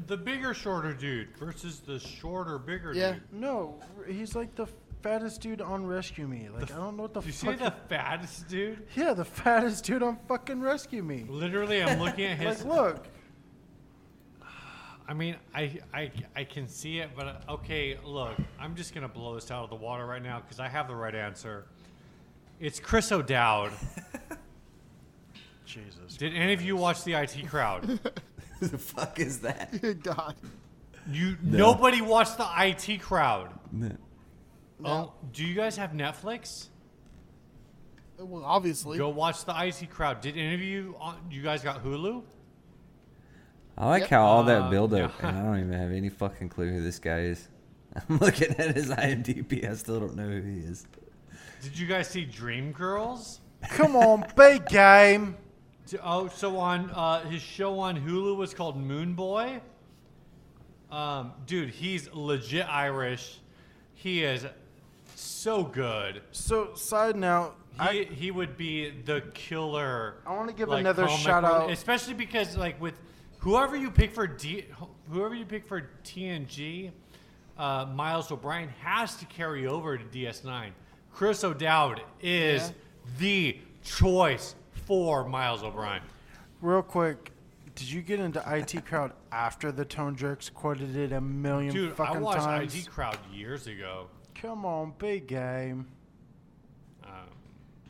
The bigger, shorter dude versus the shorter, bigger Yeah. dude. No, he's like the fattest dude on Rescue Me. Like I don't know what the You see fuck. the fattest dude? yeah, the fattest dude on fucking Rescue Me. Literally, I'm looking at Like, his. look, I mean, I, I, I can see it, but uh, okay, look, I'm just gonna blow this out of the water right now because I have the right answer. It's Chris O'Dowd. Jesus. Did any of you watch the IT Crowd? Who the fuck is that? good God, You No. nobody watched the IT Crowd. No. Oh, no. do you guys have Netflix? Well, obviously, Go watch the IT Crowd. Did any of you on, you guys got Hulu? I like Yep. how all Uh, that build up, yeah. and I don't even have any fucking clue who this guy is. *laughs* I'm looking at his IMDb. I still don't know who he is. Did you guys see Dream Girls? Come on, big game. D- Oh, so on uh, his show on Hulu was called Moon Boy. Um, dude, he's legit Irish. He is so good. So, side note, He, I, he would be the killer. I wanna give another comic shout one, out. especially because like with whoever you pick for D, whoever you pick for TNG, uh, Miles O'Brien has to carry over to DS9. Chris O'Dowd is Yeah. the choice for Miles O'Brien. real quick, did you get into IT Crowd after the Tone Jerks quoted it a million Dude, I fucking watched times? IG Crowd years ago. Come on, big game. Uh,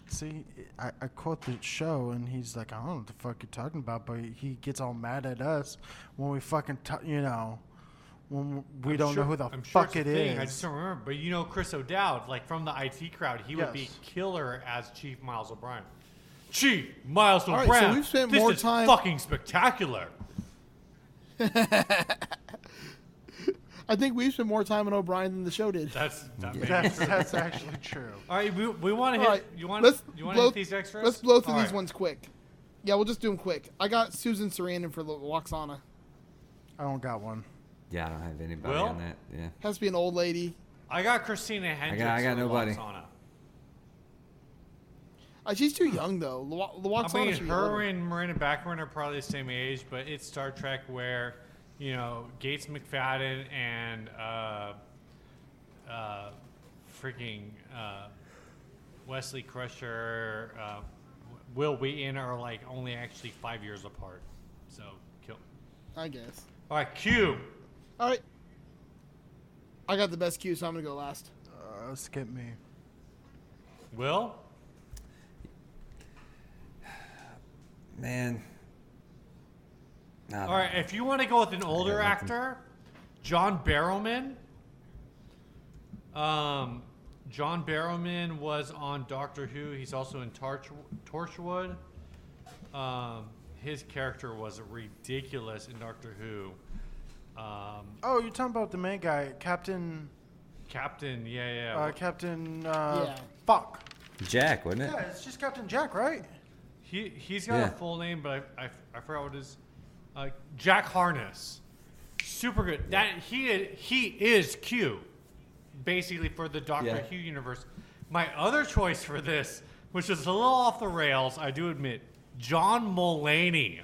See, I, I quote the show, and he's like, I don't know what the fuck you're talking about, but he gets all mad at us when we fucking, t- you know, when we I'm don't sure- know who the I'm sure fuck it it's a is. thing, I just don't remember. But you know Chris O'Dowd, like from the IT crowd, he would be Yes. killer as Chief Miles O'Brien. Chief Miles right, O'Brien. so we've spent this more is time- fucking spectacular. I think we spent more time on O'Brien than the show did. That's that may *laughs* be that's, true. that's actually true. All right, we, we want to hit. All right, You want let's you want to blow- hit these extras? Let's blow through All these right. ones quick. Yeah, we'll just do them quick. I got Susan Sarandon for Lo- Loxana. I don't got one. Yeah, I don't have anybody Will? on that. Yeah. Has to be an old lady. I got Christina Hendricks. I got for nobody. Loxana. Uh, she's too young though. Lo- Loxana I mean, should be her older. and Marina Baccarin are probably the same age, but it's Star Trek where, you know, Gates McFadden and uh, uh, freaking uh, Wesley Crusher, uh, Will Wheaton are like only actually five years apart. So, kill. I guess. All right, Q. All right. I got the best cue, so I'm gonna go last. Uh, skip me. Will? Man. Nah, All right, if you want to go with an older like them. actor, John Barrowman. Um, John Barrowman was on Doctor Who. He's also in Torch, Torchwood. Um, his character was ridiculous in Doctor Who. Um, Oh, you're talking about the main guy, Captain, Captain, yeah, yeah. uh, Captain. Uh, Yeah. Fuck. Jack, wasn't it? Yeah, it's just Captain Jack, right? he he's got Yeah. a full name, but I, I, I forgot what it is. Uh, Jack Harness, super good. That he i- he is Q, basically for the Doctor Yeah. Who universe. My other choice for this, which is a little off the rails, I do admit, John *laughs* Mulaney.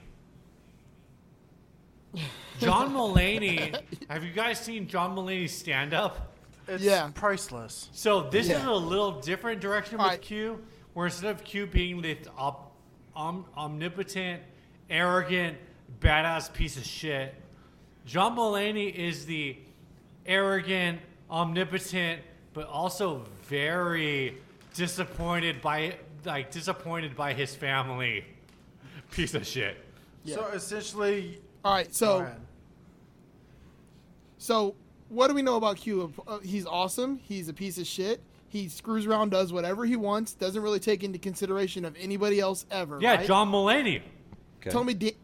John Mulaney, have you guys seen John Mulaney's stand up? It's Yeah. priceless. So this is Yeah. a little different direction All with right. Q, where instead of Q being the op, om, omnipotent, arrogant, badass piece of shit, John Mulaney is the arrogant, omnipotent, but also very disappointed by like disappointed by his family, piece of shit. Yeah. So essentially, All right, go so ahead. so what do we know about Q? Uh, he's awesome. He's a piece of shit. He screws around, does whatever he wants, doesn't really take into consideration of anybody else ever. Yeah, right? John Mulaney. Okay. Tell me, Da-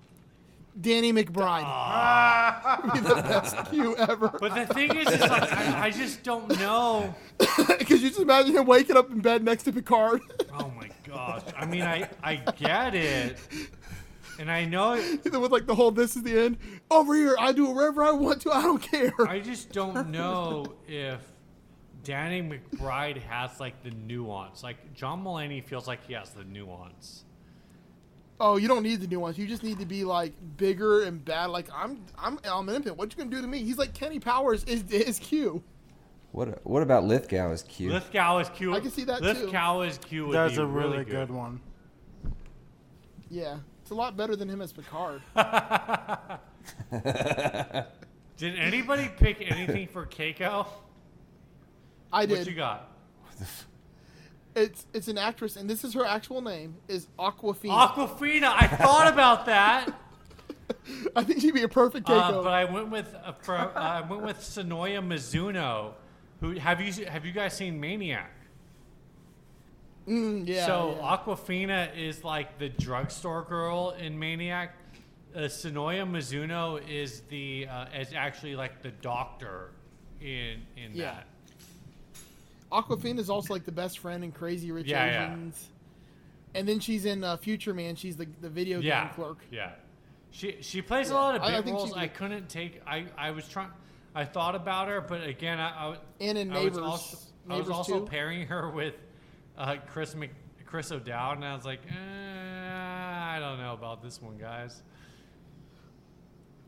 Danny McBride. Would be the best Q ever. *laughs* But the thing is, it's like I, I just don't know. Because you just imagine him waking up in bed next to Picard. *laughs* Oh my gosh. I mean, I I get it. And I know *laughs* with like the whole this is the end. Over here, I do whatever I want to. I don't care. I just don't know if Danny McBride has like the nuance. Like John Mulaney feels like he has the nuance. Oh, you don't need the nuance. You just need to be like bigger and bad. Like I'm, I'm omnipotent. What you gonna do to me? He's like Kenny Powers is is Q. What What about Lithgow as Q? Lithgow is Q. I can see that, too. Lithgow is Q. Would that's be a really, good. good one. Yeah, it's a lot better than him as *laughs* Picard. Did anybody pick anything for *laughs* Keiko? I What you did. got? It's it's an actress, and this is her actual name is Aquafina. Aquafina. I thought about *laughs* that, I think she'd be a perfect uh, takeover. but I went with uh, from, uh, I went with Sonoya Mizuno. Who have you have you guys seen Maniac? Mm, yeah. so yeah. Aquafina is like the drugstore girl in Maniac. Uh, Sonoya Mizuno is the uh, is actually like the doctor in in Yeah. that. Aquafina is also like the best friend in Crazy Rich Yeah, yeah. Asians. And then she's in uh, Future Man. She's the the video Yeah, game clerk. yeah. She she plays a Yeah. lot of I- I big think roles. she'd I be- couldn't take. I I was trying. I thought about her, but again, I, I w- And in I Neighbors, was also, I was Neighbors also too. pairing her with uh, Chris Mc, Chris O'Dowd, and I was like, eh, I don't know about this one, guys.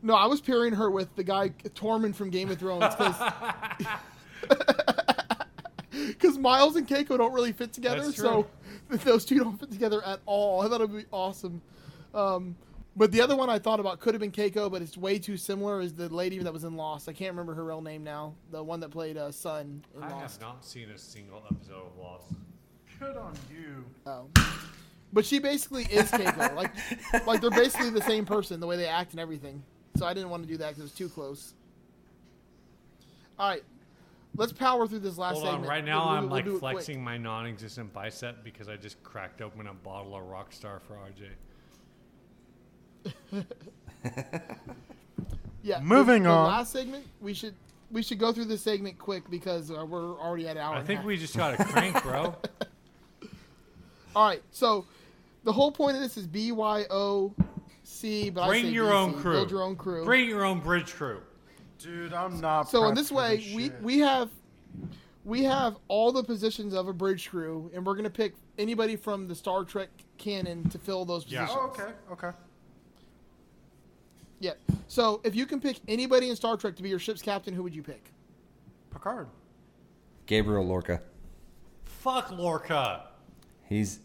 No, I was pairing her with the guy Tormund from Game of Thrones *laughs* *laughs* because Miles and Keiko don't really fit together, That's so *laughs* those two don't fit together at all. I thought it would be awesome. Um, but the other one I thought about could have been Keiko, but it's way too similar. Is the lady that was in Lost? I can't remember her real name now. The one that played uh, Sun in I have Lost. not seen a single episode of Lost. Good on you. Oh. But she basically is Keiko. like, like they're basically the same person, the way they act and everything. So I didn't want to do that because it was too close. All right, let's power through this last Hold on, segment. right now We'll- I'm we'll like do it quick. flexing my non-existent bicep because I just cracked open a bottle of Rockstar for RJ. Yeah. Moving the, on. The last segment, we should we should go through this segment quick because uh, we're already at an hour. I and a think half. we just got a *laughs* crank, bro. All right, so the whole point of this is B Y O C. But I Bring say your BC. own crew. Build your own crew. Bring your own bridge crew. Dude, I'm not. So in prepped this for way, we, shit. we have we have all the positions of a bridge crew, and we're gonna pick anybody from the Star Trek canon to fill those Yeah. positions. Oh, okay, okay. Yeah. So if you can pick anybody in Star Trek to be your ship's captain, who would you pick? Picard. Gabriel Lorca. Fuck Lorca. He's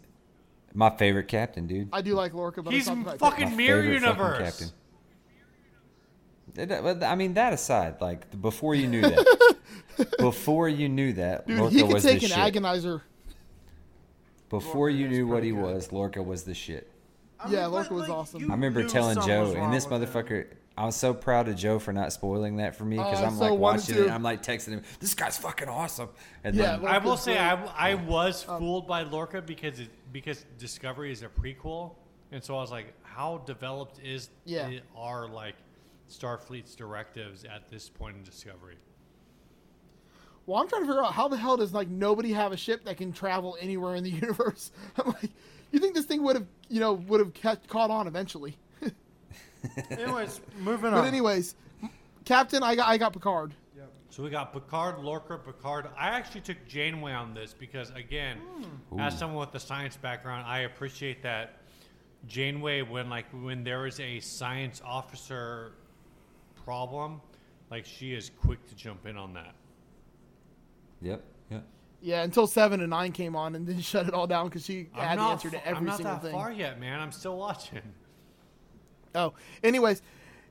my favorite captain, dude. I do like Lorca, but He's I'm talking about fucking My Mirror favorite fucking Universe. It- uh, but I mean, that aside, like the- before you knew that, before you knew that, dude. Lorca he could was take the an shit. agonizer. Before Lorca you is knew what pretty he good. was, Lorca was the shit. I Yeah, mean, Lorca but, was like, awesome. you I remember knew telling something Joe, was wrong and this with it. motherfucker, I was so proud of Joe for not spoiling that for me because Oh, I I'm so like wanted watching to. it. And I'm like texting him, "This guy's fucking awesome." And Yeah, then, like- I will say I, I was Um, fooled by Lorca because it, because Discovery is a prequel, and so I was like, how developed is Yeah. i- are like Starfleet's directives at this point in Discovery? Well, I'm trying to figure out how the hell does like nobody have a ship that can travel anywhere in the *laughs* universe? I'm like, you think this thing would have, you know, would have ca- caught on eventually? *laughs* Anyways, moving on. But anyways, Captain, I got I got Picard. So we got Picard, Lorca, Picard. I actually took Janeway on this because, again, as someone with a science background, I appreciate that Janeway. When like when there is a science officer problem, like she is quick to jump in on that. yep, yep. Yeah, until seven and nine came on, and then *laughs* shut it all down because she had the answer fa- to every I'm not single that thing. far yet, man. I'm still watching. Oh, anyways,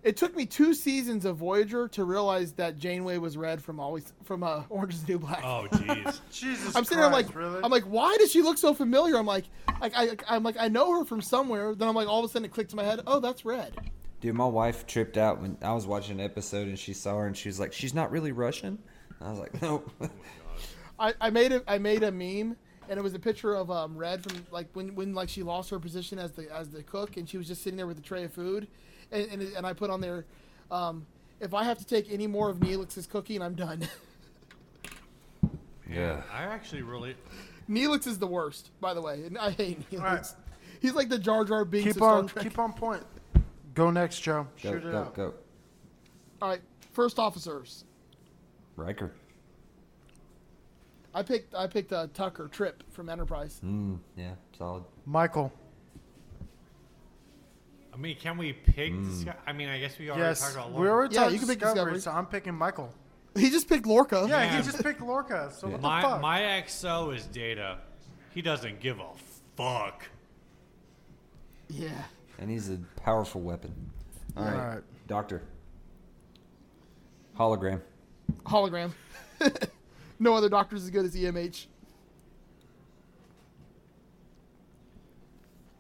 it took me two seasons of Voyager to realize that Janeway was red from always from uh, Orange is the New Black. *laughs* Oh, jeez. Jesus *laughs* I'm sitting there Christ, like, really? I'm like, why does she look so familiar? I'm like, like I, I'm like, I know her from somewhere. Then I'm like, all of a sudden it clicked in my head. Oh, that's red. Dude, my wife tripped out when I was watching an episode and she saw her and she was like, "She's not really Russian." And I was like, "Nope." *laughs* I, I made a, I made a meme, and it was a picture of um red from like when, when like she lost her position as the as the cook, and she was just sitting there with a tray of food, and and, and I put on there, um, if I have to take any more of Neelix's cooking, I'm done. *laughs* yeah. I actually really. Neelix is the worst, by the way, and I hate Neelix. Alright. He's like the Jar Jar Binks keep of Star on, Trek. keep on point. Go next, Joe. Go, Shoot it go, out. go. All right, first officers. Riker. I picked I picked uh, Tucker Trip from Enterprise. Mm, yeah, solid. Michael. I mean, can we pick this guy? I mean, I guess we already talked Yes, about we Lorca. already Yeah, talked you can pick Discovery, Discovery. so I'm picking Michael. He just picked Lorca. Yeah, he Man. just picked Lorca. So what the My, fuck? my XO is Data. He doesn't give a fuck. Yeah. And he's a powerful weapon. All right. All right. Doctor. Hologram. Hologram. *laughs* no other doctor's as good as E EMH.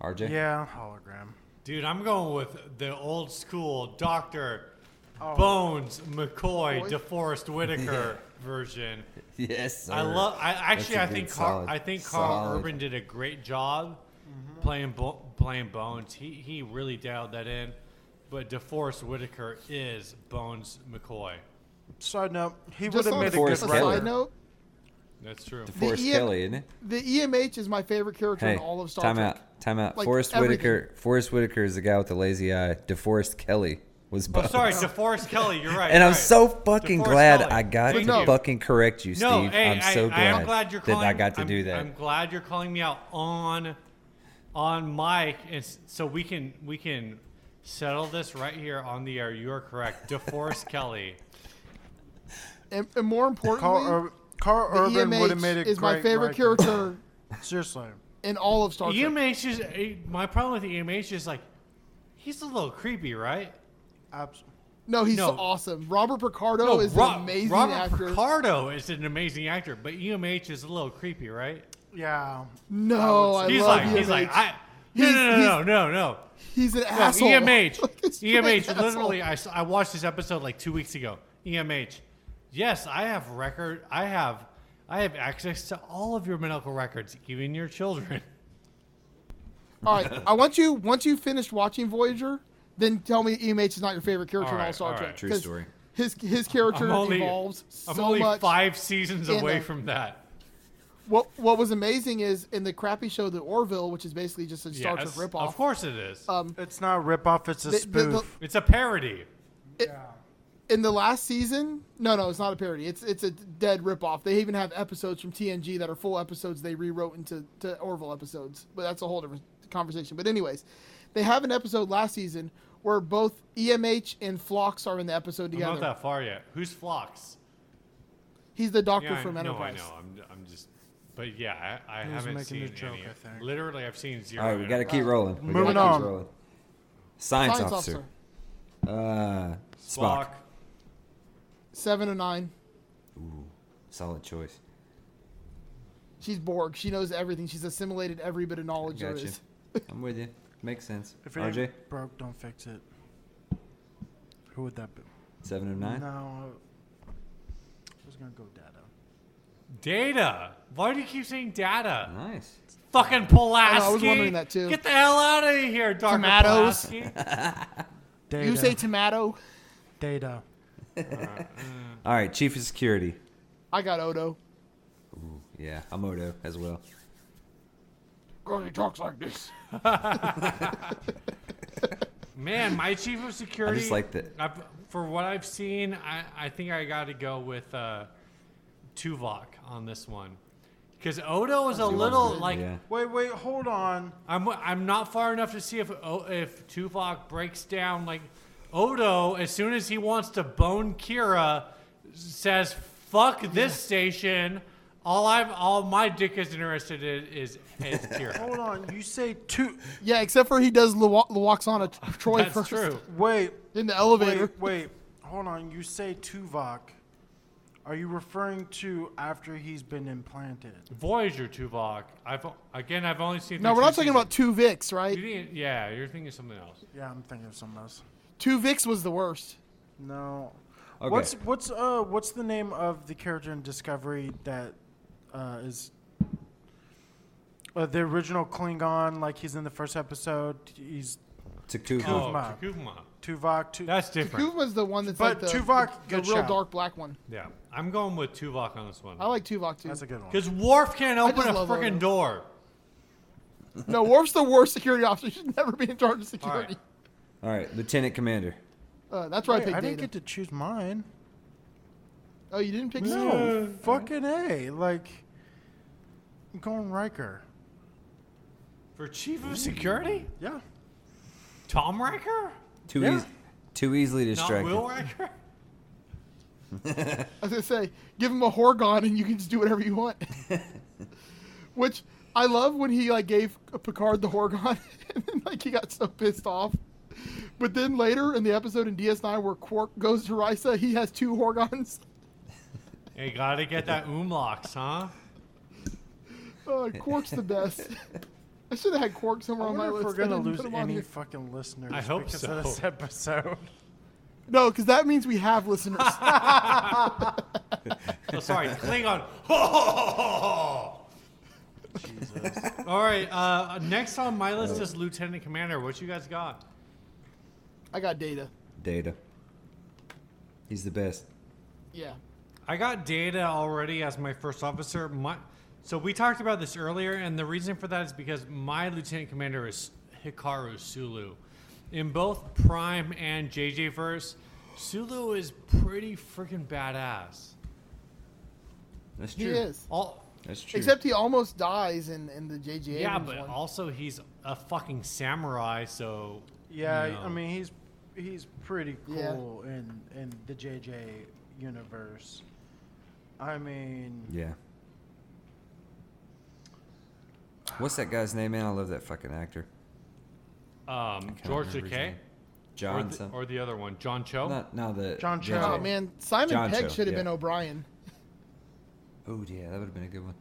RJ. yeah, hologram. Dude, I'm going with the old school Dr. Oh. Bones McCoy McCoy? DeForest *laughs* Whitaker version. *laughs* Yes. Sir. I love. I actually, a I good think Carl, solid- I think Carl solid. Mm-hmm. Urban did a great job playing bo- playing Bones. He he really dialed that in. But DeForest Whitaker is Bones McCoy. Side note, he would Just have on made a a, good Forrest Keller. writer. side note, That's true. *laughs* DeForest The EM Kelly, isn't it? the EMH is my favorite character Hey, in all of Star time Trek. out. Time out. Like, Forrest everything. Whitaker. Forrest Whitaker is the guy with the lazy eye. DeForest Kelly was. Oh, Bones. sorry, DeForest Kelly. You're right. And I'm right. so fucking DeForest glad Kelly. I got Thank to you. fucking correct you, Steve. No, hey, I'm so I, glad, I am glad you're calling, that I got to I'm- do that. I'm glad you're calling me out on on mic, and s- so we can we can settle this right here on the air. You are correct, *laughs* DeForest Kelly. And, and more importantly, Carl, Ur- Carl the Urban would have EMH made a is great my favorite writer. character *laughs* Seriously. in all of E Star Trek. EMH is eh, my problem with EMH is like he's a little creepy, right? Abs- no, he's No. awesome. Robert Picardo is Ro- an amazing Robert actor. Picardo is an amazing actor, but EMH is a little creepy, right? yeah. no, I He's love like EMH. he's like I. E No, He's- no, no, no, no, no. He's an No, asshole. *laughs* EMH. Like, a straight EMH. asshole. E Literally, I, s- I watched this episode like two weeks ago. EMH. Yes, I have record. I have, I have access to all of your medical records, even your children. *laughs* All right, I want you once you finished watching Voyager, then tell me EMH is not your favorite character All in all right, Star all Trek. right. True 'cause story. His his character I'm only, evolves so I'm only much. five seasons in away the- from that. What what was amazing is in the crappy show The Orville, which is basically just a Star Yes, Trek ripoff. of course it is. Um, It's not a ripoff, it's a the- spoof. the- the- it's a parody. in the last season, no, no, it's not a parody. It's it's a dead ripoff. They even have episodes from TNG that are full episodes they rewrote into to Orville episodes, but that's a whole different conversation. But anyways, they have an episode last season where both EMH and Phlox are in the episode I'm not together. that far yet. Who's Flocks? He's the doctor Yeah, I, from no, I Enterprise. know. I'm, I'm just. But yeah, I, I He was haven't making seen a joke, any. I think. Literally, I've seen zero. All right, we got to Enterprise. keep rolling. We gotta Moving keep on. rolling. Science, Science officer. officer. Uh, Spock. Flock. Seven and nine. Solid choice. She's Borg. She knows everything. She's assimilated every bit of knowledge there Gotcha. is. *laughs* I'm with you. Makes sense. If it ain't RJ, broke, don't fix it. Who would that be? seven of nine. No, I was gonna go Data. Data. Why do you keep saying data? Nice. Fucking Pulaski. I was wondering that too. Get the hell out of here, Dr. Tomatoes. Pulaski. Data. You say tomato. Data. All right, Chief of Security. I got Odo. Yeah, I'm Odo as well. Girl, he talks like this. Man, my chief of security. like that- I- for what I've seen, I, I think I got to go with uh, Tuvok on this one, because Odo is a little like yeah. Wait, wait, hold on. I'm I'm not far enough to see if O- if Tuvok breaks down like Odo as soon as he wants to bone Kira says fuck this station. All I've all my dick is interested in is, is *laughs* Kira. Hold on. You say two. Yeah, except for he does Luwa- Luwaxana *laughs* t- Troy That's first true. Wait, in the elevator. wait, wait. Hold on. You say Tuvok. Are you referring to after he's been implanted? Voyager Tuvok. I've o- again I've only seen. No, the we're not two talking seasons. about two Vix, You right? didn't- yeah, you're thinking something else. Yeah, I'm thinking of something else. Two Vix was the worst. No. Okay. What's what's uh what's the name of the character in Discovery that uh, is uh, the original Klingon? Like he's in the first episode. He's Takuva. Oh, Kuvma. Kuvma. Tuvok. Tu- That's different. Who was the one that's But like the, Tuvok, the, good real shout. dark black one? Yeah, I'm going with Tuvok on this one. I like Tuvok too. that's a good one. Because Worf can't I just open a love Odo. freaking door. No, Worf's the worst security officer. *laughs* He should never be in charge of All security. right. All right, Lieutenant Commander. Uh, that's where Wait, I picked I Data. didn't get to choose mine. oh, you didn't pick Sulu? No, fucking a. Like, I'm going Riker. For chief of security? Yeah. Tom Riker? Too Yeah. easy. Too easily Not distracted. Will Riker? As I say, give him a Horgon and you can just do whatever you want. Which I love when he like gave Picard the Horgon *laughs* and then like he got so pissed off. But then later in the episode in DS9 where Quark goes to Risa, he has two Horgons. *laughs* Hey, gotta get that umlocks, huh? Uh, Quark's the *laughs* best. I should have had Quark I somewhere on my wonder if list. we're I gonna didn't put lose him on any here. fucking listeners I hope because of so. this *laughs* episode. No, because that means we *laughs* have listeners. Oh, sorry, Klingon. *laughs* All Jesus. right, uh, next on my list is Lieutenant Commander. What you guys got? I got data. Data. He's the best. Yeah. I got data already as my first officer. My, so we talked about this earlier, and the reason for that is because my lieutenant commander is Hikaru Sulu. In both Prime and JJ verse, Sulu is pretty freaking badass. That's He true. is. All, That's true. Except he almost dies in, in the JJ. yeah, Abrams but one. also he's a fucking samurai, so Yeah, you know. I mean he's he's pretty Yeah. cool in in the JJ universe. I mean, yeah. What's that guy's name, man? I love that fucking actor. um, can't George remember his Takei name. or John the, something. or the other one, John Cho. No, no, the John JJ. Cho. Oh, man. Simon John Pegg Cho, should have yeah. been O'Brien. Oh yeah, that would have been a good one.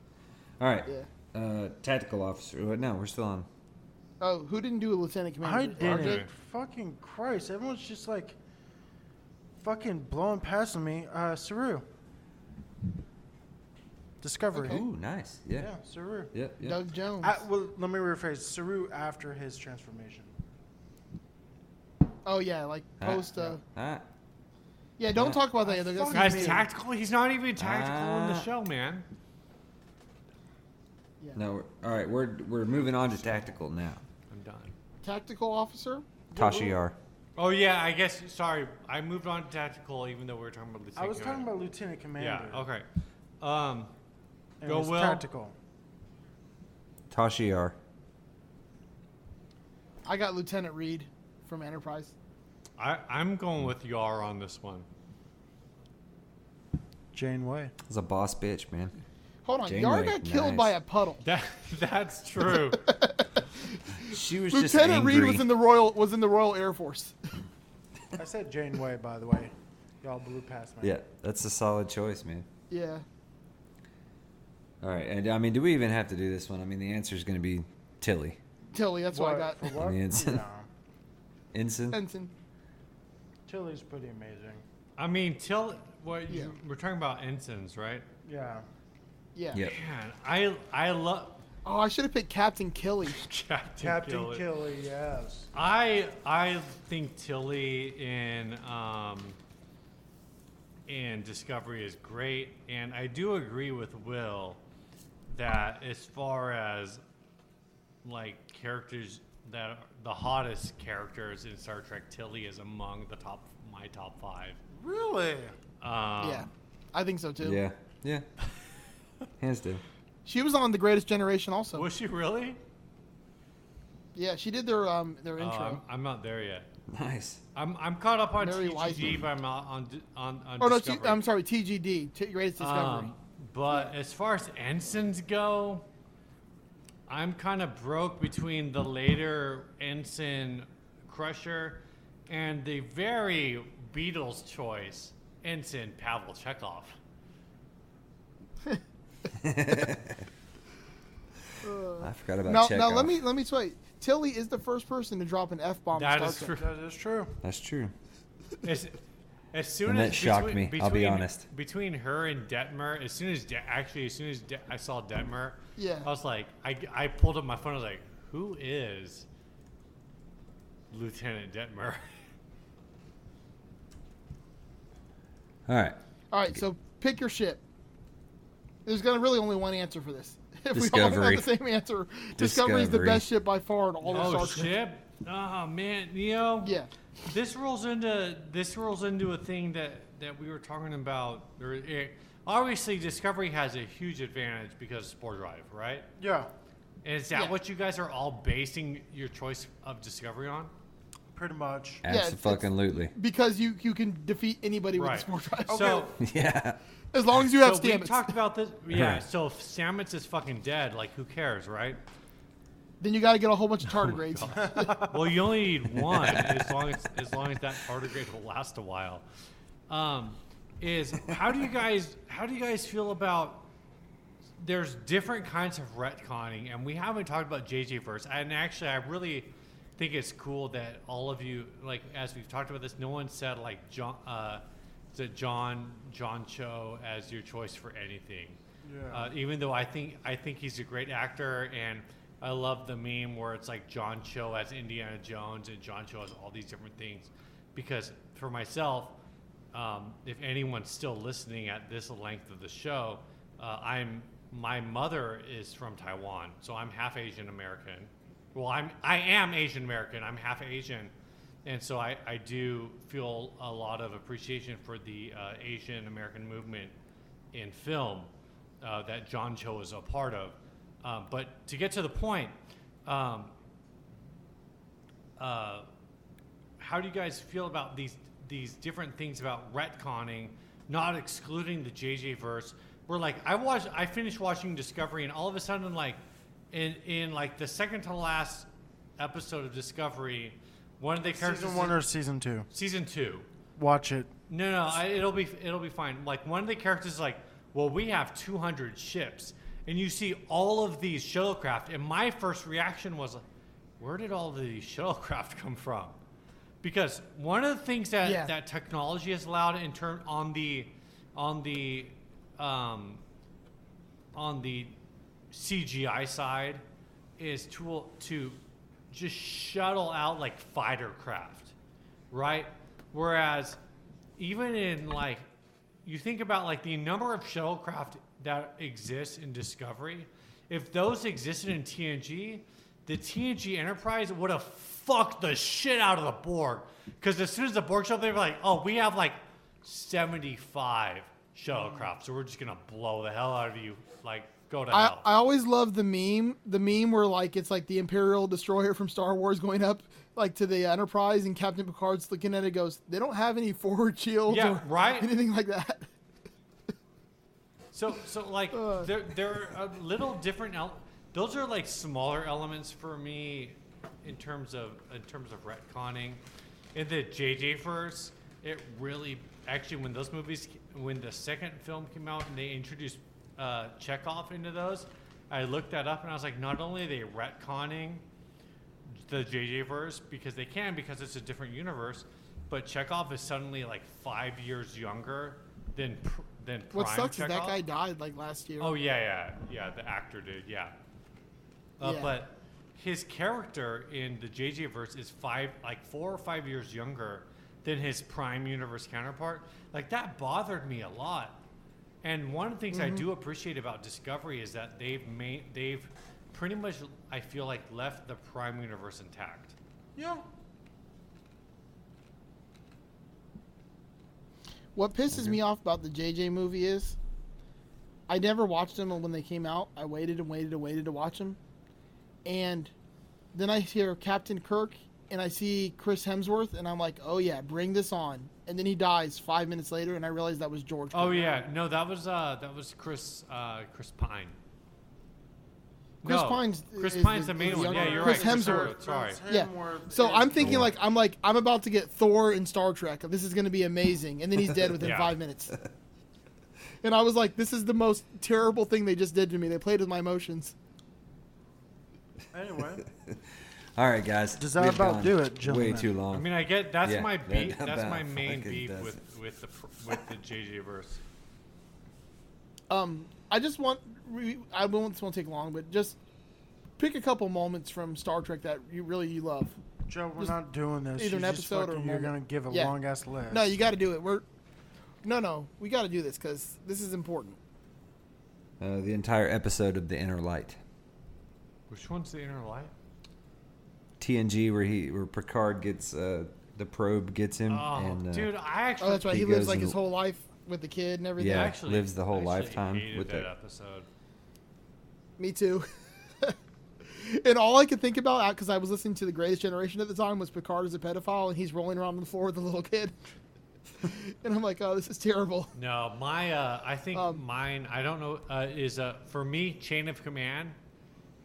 All right. Yeah. Uh, tactical officer. Wait, No, we're still on. Oh, who didn't do a lieutenant commander? I RJ? didn't. Fucking Christ! Everyone's just like fucking blowing past me. Uh, Saru. Discovery. Ooh, nice. Yeah. Yeah, Saru. Yeah. yeah. Doug Jones. I, well, let me rephrase. Saru after his transformation. oh yeah, like Ah, post. Uh, ah. yeah, don't Yeah. talk about that. That's fucking- Guys, Amazing. tactical. He's not even tactical in the Ah. show, man. No. We're, all right. We're we're moving on to tactical now. I'm done. tactical officer. Tashiar. Oh yeah, I guess. Sorry, I moved on to tactical, even though we were talking about I Lieutenant. was talking Commander. about Lieutenant Commander. Yeah. Okay. Um, and Go his Will. Tactical. Tashiar. I got Lieutenant Reed from Enterprise. I I'm going with Yar on this one. *laughs* Janeway. He's a boss bitch, man. Hold on, Janeway, Yar got killed nice. by a puddle. That that's true. *laughs* She was just Lieutenant angry. Reed was in the Royal was in the Royal Air Force. *laughs* I said Janeway, by the way. Y'all blew past me. yeah, that's a solid choice, man. yeah. All right. And I mean, do we even have to do this one? I mean, the answer is going to be Tilly. Tilly, that's what, I got. For *laughs* what? Yeah, it's- no. Ensign. Benson. Chili's pretty amazing. I mean, till what you, Yeah. we're talking about ensigns, right? Yeah. Yeah. Yep. Man, I I love *laughs* Oh, I should have picked Captain Killy. Captain, Captain Kill. Killy, yes. I I think Tilly in um, in Discovery is great, and I do agree with Will that as far as like characters that are the hottest characters in Star Trek, Tilly is among the top my top five. Really? Um, yeah. I think so too. Yeah. Yeah. Hands down. She was on The Greatest Generation also. Was she really? Yeah, she did their um their Oh, I'm, intro. I'm not there yet. Nice. I'm, I'm caught up on Mary TGG, Wiseman. but I'm not on d- on on. oh no, T- Discovery. I'm sorry, TGD, T- Greatest Discovery. Um, but as far as ensigns go, I'm kind of broke between the later ensign Crusher and the very Beatles choice ensign Pavel Chekhov. I forgot about now, Chekhov. now let me let me tell you, Tilly is the first person to drop an F bomb. That is true. That is true. That's true. *laughs* As, as soon And as that shocked between- me, I'll be between- honest. Between her and Detmer, as soon as De- actually as soon as De- I saw Detmer, Yeah. I was like, I, I pulled up my phone. I was like, who is Lieutenant Detmer? *laughs* All right. All right, so pick your ship. There's gonna really only one answer for this. *laughs* If we all Discovery. have the same answer, Discovery is the Discovery. best ship by far in all of Star Oh Trek. ship! Oh man, Neo. Yeah, This rolls into this rolls into a thing that that we were talking about. There, it, obviously, Discovery has a huge advantage because of Spore Drive, right? Yeah, And is that Yeah. what you guys are all basing your choice of Discovery on? pretty much. it's- it's- Absolutely. *laughs* because you you can defeat anybody with Right. a small drive. So, Yeah. as long as you have so we stamina, talked about this. Yeah. Right. So if Stamets is fucking dead, like who cares, right? then you got to get a whole bunch of *laughs* tardigrades. Oh well, you only need one as long as as long as that tardigrade will last a while. Um, is how do you guys how do you guys feel about? There's different kinds of retconning, and we haven't talked about JJ first. And actually, I really think it's cool that all of you like as we've talked about this, no one said like John. Uh, is it John John Cho as your choice for anything? Yeah. Uh, even though I think I think he's a great actor, and I love the meme where it's like John Cho as Indiana Jones and John Cho as all these different things, because for myself, um, if anyone's still listening at this length of the show, uh, I'm my mother is from Taiwan, so I'm half Asian American. Well, I'm I am Asian American. I'm half Asian, and so I, I do feel a lot of appreciation for the uh, Asian American movement in film uh, that John Cho is a part of. Um, but to get to the point, um, uh, how do you guys feel about these these different things about retconning, not excluding the JJ verse? We're like, I watched, I finished watching Discovery, and all of a sudden, like, in in like the second to last episode of Discovery, one of the characters Season one or season two? season two, Watch it. no, no, I, it'll be it'll be fine. Like one of the characters is like, "Well, we have 200 ships," and you see all of these shuttlecraft. And my first reaction was, like, "Where did all these shuttlecraft *laughs* come from?" Because one of the things that Yeah. that technology has allowed in turn on the on the um, on the CGI side is to to just shuttle out like fighter craft, right? Whereas even in like you think about like the number of shuttlecraft that exists in Discovery, if those existed in TNG, the TNG Enterprise would have fucked the shit out of the Borg. Because as soon as the Borg showed up, they were like, "Oh, we have like 75 shuttlecraft, so we're just gonna blow the hell out of you. Like, go to I, hell." I always love the meme, the meme where like it's like the Imperial destroyer from Star Wars going up like to the Enterprise, and Captain Picard's looking at it goes, "They don't have any forward shields, Yeah, or right. anything like that." So, so like there, there are a little different. El- those are like smaller elements for me in terms of in terms of retconning. In the JJ verse, it really actually when those movies when the second film came out and they introduced uh, Chekhov into those. I looked that up and I was like, not only are they retconning the JJ verse because they can because it's a different universe, but Chekhov is suddenly like five years younger than pr- than prime What sucks Chekhov. is that guy died like last year. Oh yeah, yeah, yeah. The actor did, yeah. Uh, Yeah. But his character in the JJ verse is five, like four or five years younger than his prime universe counterpart. Like that bothered me a lot. And one of the things I Mm-hmm. do appreciate about Discovery is that they've made they've pretty much I feel like left the prime universe intact. Yeah. What pisses me off about the JJ movie is I never watched them when they came out. I waited and waited and waited to watch them. And then I hear Captain Kirk and I see Chris Hemsworth and I'm like, oh yeah, bring this on. And then he dies five minutes later and I realize that was George. Oh Kirk. yeah, no, that was uh that was Chris uh Chris Pine. Chris No, Pine's- Chris is Pine's the- the main is the one. Yeah, younger you're Chris right. Hemsworth. Sorry. Yeah. Hemsworth So I'm is thinking Thor. like I'm like I'm about to get Thor in Star Trek. This is going to be amazing, and then he's dead within *laughs* Yeah. five minutes. And I was like, this is the most terrible thing they just did to me. They played with my emotions. Anyway, All right, guys. Does that we've about gone do it, Way gentlemen? too long. I mean, I get that's Yeah, my that- beef. that That's about my main fucking beef does with with the pr- with the JJ verse. Um, I just want we- I won't this won't take long, but just pick a couple moments from Star Trek that you really you love. *laughs* Joe, we're Just not doing this. either You an just episode or a fucking- You're moment. gonna give a Yeah. long ass list. No, you got to do it. We're no, no, we got to do this because this is important. uh, the entire episode of The Inner Light. Which one's the inner light? TNG, where he, where Picard gets uh, the probe gets him, Oh, and uh, dude, I actually Oh, that's right. He, He lives goes like in his the- whole life with the kid and everything. I Yeah, actually, lives the whole I actually lifetime hated with that the- episode. Me too. *laughs* and all I could think about, because I was listening to The Greatest Generation at the time, was Picard is a pedophile and he's rolling around on the floor with a little kid. *laughs* and I'm like, oh, this is terrible. No, my uh, I think Um, mine. I don't know. Uh, is uh, for me chain of command,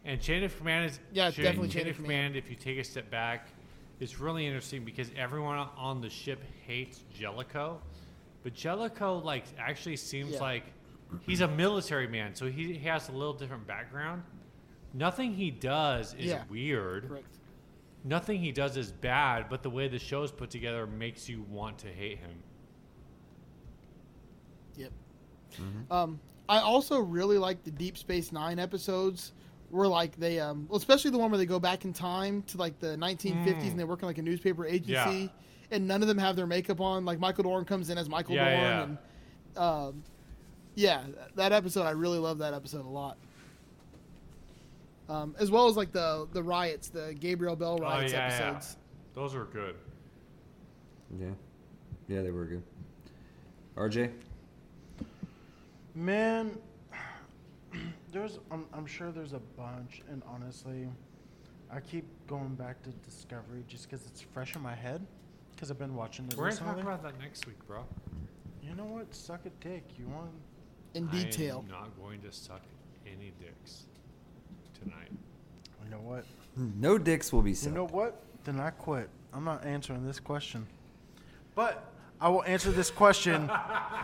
and chain of command is Yeah, it's definitely Chain of command. If you take a step back, it's really interesting because everyone on the ship hates Jellicoe, but Jellicoe like actually seems Yeah. like he's a military man, so he, he has a little different background. Nothing he does is Yeah. weird. Correct. Nothing he does is bad, but the way the show is put together makes you want to hate him. Yep. Um, I also really like the Deep Space Nine episodes where like they um well, especially the one where they go back in time to like the 1950s and they work in like a newspaper agency Mm. Yeah. and none of them have their makeup on like Michael Dorn comes in as Michael Yeah, Dorn yeah. and um yeah th- that episode I really love that episode a lot um, as well as like the the riots the Gabriel Bell Oh, riots episodes Those are good. yeah, yeah, they were good. RJ, Man, *sighs* there's I'm, I'm sure there's a bunch, and honestly, I keep going back to Discovery just because it's fresh in my head, because I've been watching it We're gonna recently. talk about that next week, bro. you know what? Suck a dick. You want? in detail I'm not going to suck any dicks tonight. You know what? no dicks will be You sucked. know what? Then I quit. I'm not answering this question. But I will answer this question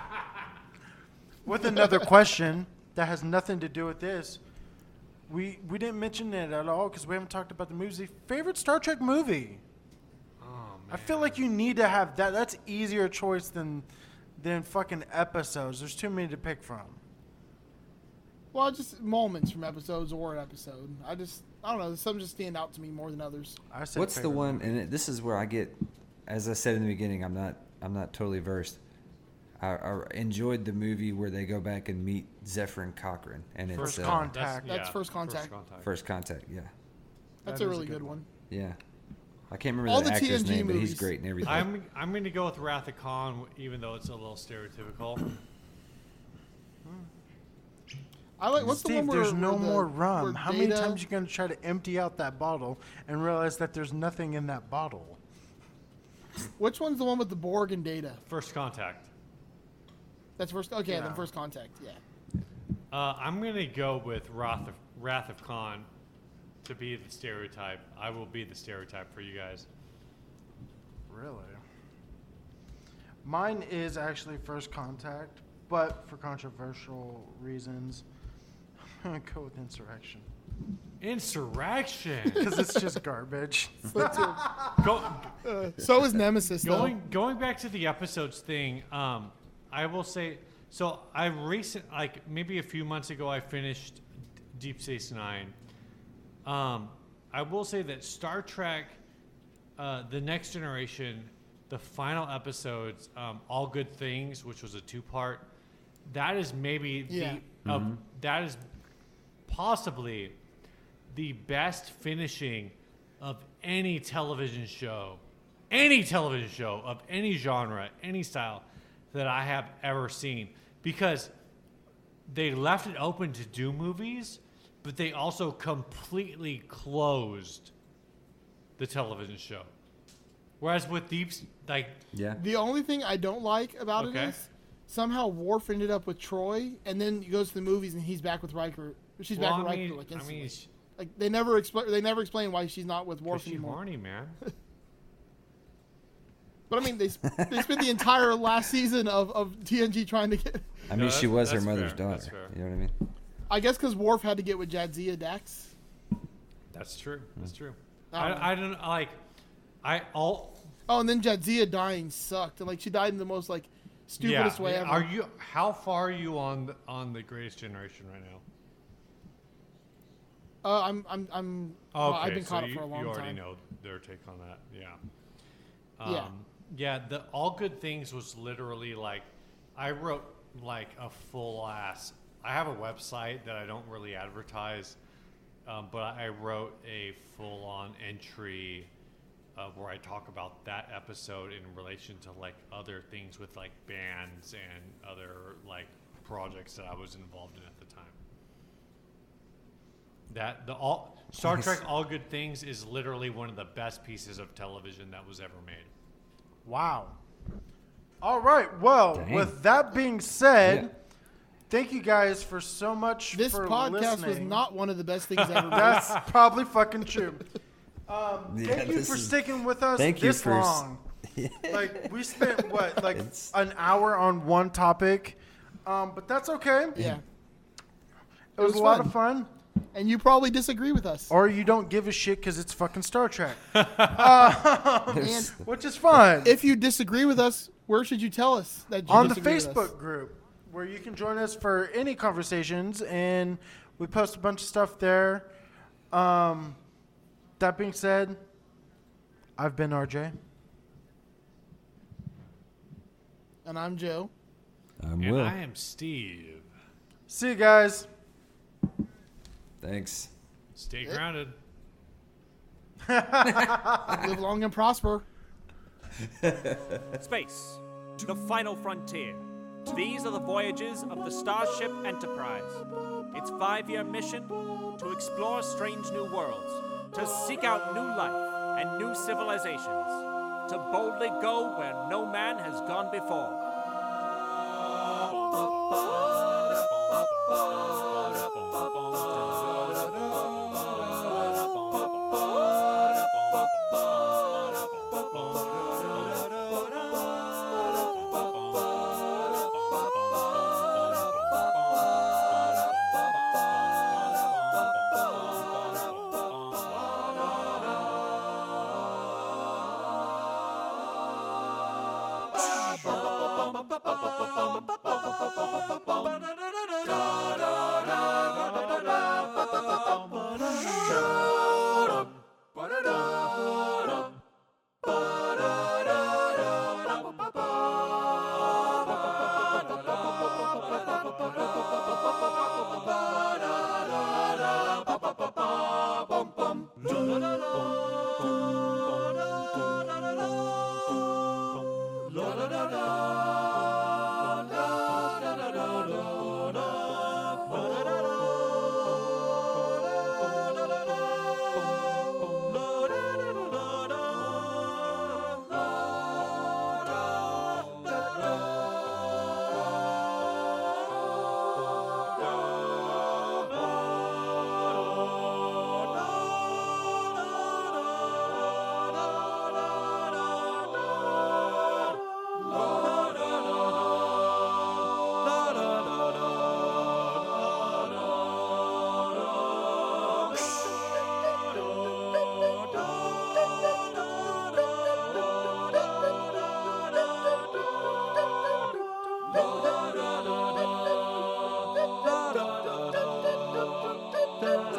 *laughs* with another question that has nothing to do with this. We we didn't mention it at all because we haven't talked about the movie. Favorite Star Trek movie? Oh man. I feel like you need to have that. That's easier choice than than fucking episodes. There's too many to pick from. Well, just moments from episodes or an episode. I just, I don't know. Some just stand out to me more than others. I said What's the favorite. one? And it- this is where I get, as I said in the beginning, I'm not, I'm not totally versed. I, I enjoyed the movie where they go back and meet Zephyr and Cochrane, and First it's uh, Contact. That's First Contact. First contact. Yeah, That's That is a a really good good one. yeah. I can't remember All the the actor's TNG name, but movies. he's great and everything. I'm I'm gonna go with Wrath of Khan, even though it's a little stereotypical. I like. What's Steve, the one where there's no where the- more where rum. How many Data- times you gonna try to empty out that bottle and realize that there's nothing in that bottle? Which one's the one with the Borg and Data? First Contact. That's first. Okay, Yeah. then first contact. Yeah. Uh, I'm gonna go with Wrath of Wrath of Khan to be the stereotype. I will be the stereotype for you guys. Really? Mine is actually First Contact, but for controversial reasons, *laughs* I'm gonna go with *laughs* Insurrection *laughs* Insurrection. because it's just garbage. Go, So is Nemesis. though. going going back to the episodes thing um i will say so i recent like maybe a few months ago i finished D- deep space nine um i will say that star trek uh the next generation the final episodes um all good things which was a two-part that is maybe Yeah. the of that is possibly the best finishing of any television show, any television show of any genre, any style that I have ever seen because they left it open to do movies, but they also completely closed the television show. Whereas with Deep, S- like, Yeah. The only thing I don't like about Okay. it is somehow Worf ended up with Troy, and then he goes to the movies and he's back with Riker. She's well, back with I Riker mean, like I instantly. mean, she- like they never explain. They never explain why she's not with Worf she anymore. *laughs* horny, man. But I mean, they sp- they spent the entire last season of, of TNG trying to get. I No, mean, that's- she was her that's mother's fair, that's fair. daughter. You know what I mean? I guess because Worf had to get with Jadzia Dax. That's true. That's true. I don't I, I don't like. I all Oh, and then Jadzia dying sucked, and like she died in the most like stupidest way ever. Are you? How far are you on the, on the Greatest Generation right now? uh, I'm I'm I'm. well, I've been so caught you, up for a long you already time. know their take on that. Yeah. Yeah. Um, yeah. The All Good Things was literally like, I wrote like a full ass. I have a website that I don't really advertise, um, but I I wrote a full on entry uh, where I talk about that episode in relation to like other things with like bands and other like projects that I was involved in at the time. That the all Star Nice. Trek All Good Things is literally one of the best pieces of television that was ever made. Wow. All right. Well, Dang. with that being said, Yeah. thank you guys for so much. This for podcast was listening. not one of the best *laughs* things ever. made. That's probably fucking true. Um, Yeah, thank you *laughs* this for is- sticking with us thank you this for s- *laughs* long. like we spent what like It's- an hour on one topic, um, but that's okay. yeah, it was, was a lot fun. of fun. and you probably disagree with us. Or you don't give a shit because it's fucking Star *laughs* Trek, And which is fun. if you disagree with us, where should you tell us that you on the disagree with us? Facebook group where you can join us for any conversations, and we post a bunch of stuff there. Um, that being said, I've been RJ. And I'm Joe. I'm And Will. I am Steve. See you guys. Thanks. Stay grounded. Live long and prosper. Space, the final frontier. These are the voyages of the Starship Enterprise. Its five year mission to explore strange new worlds, to seek out new life and new civilizations, to boldly go where no man has gone before. Bum, bum, bum, bum, da,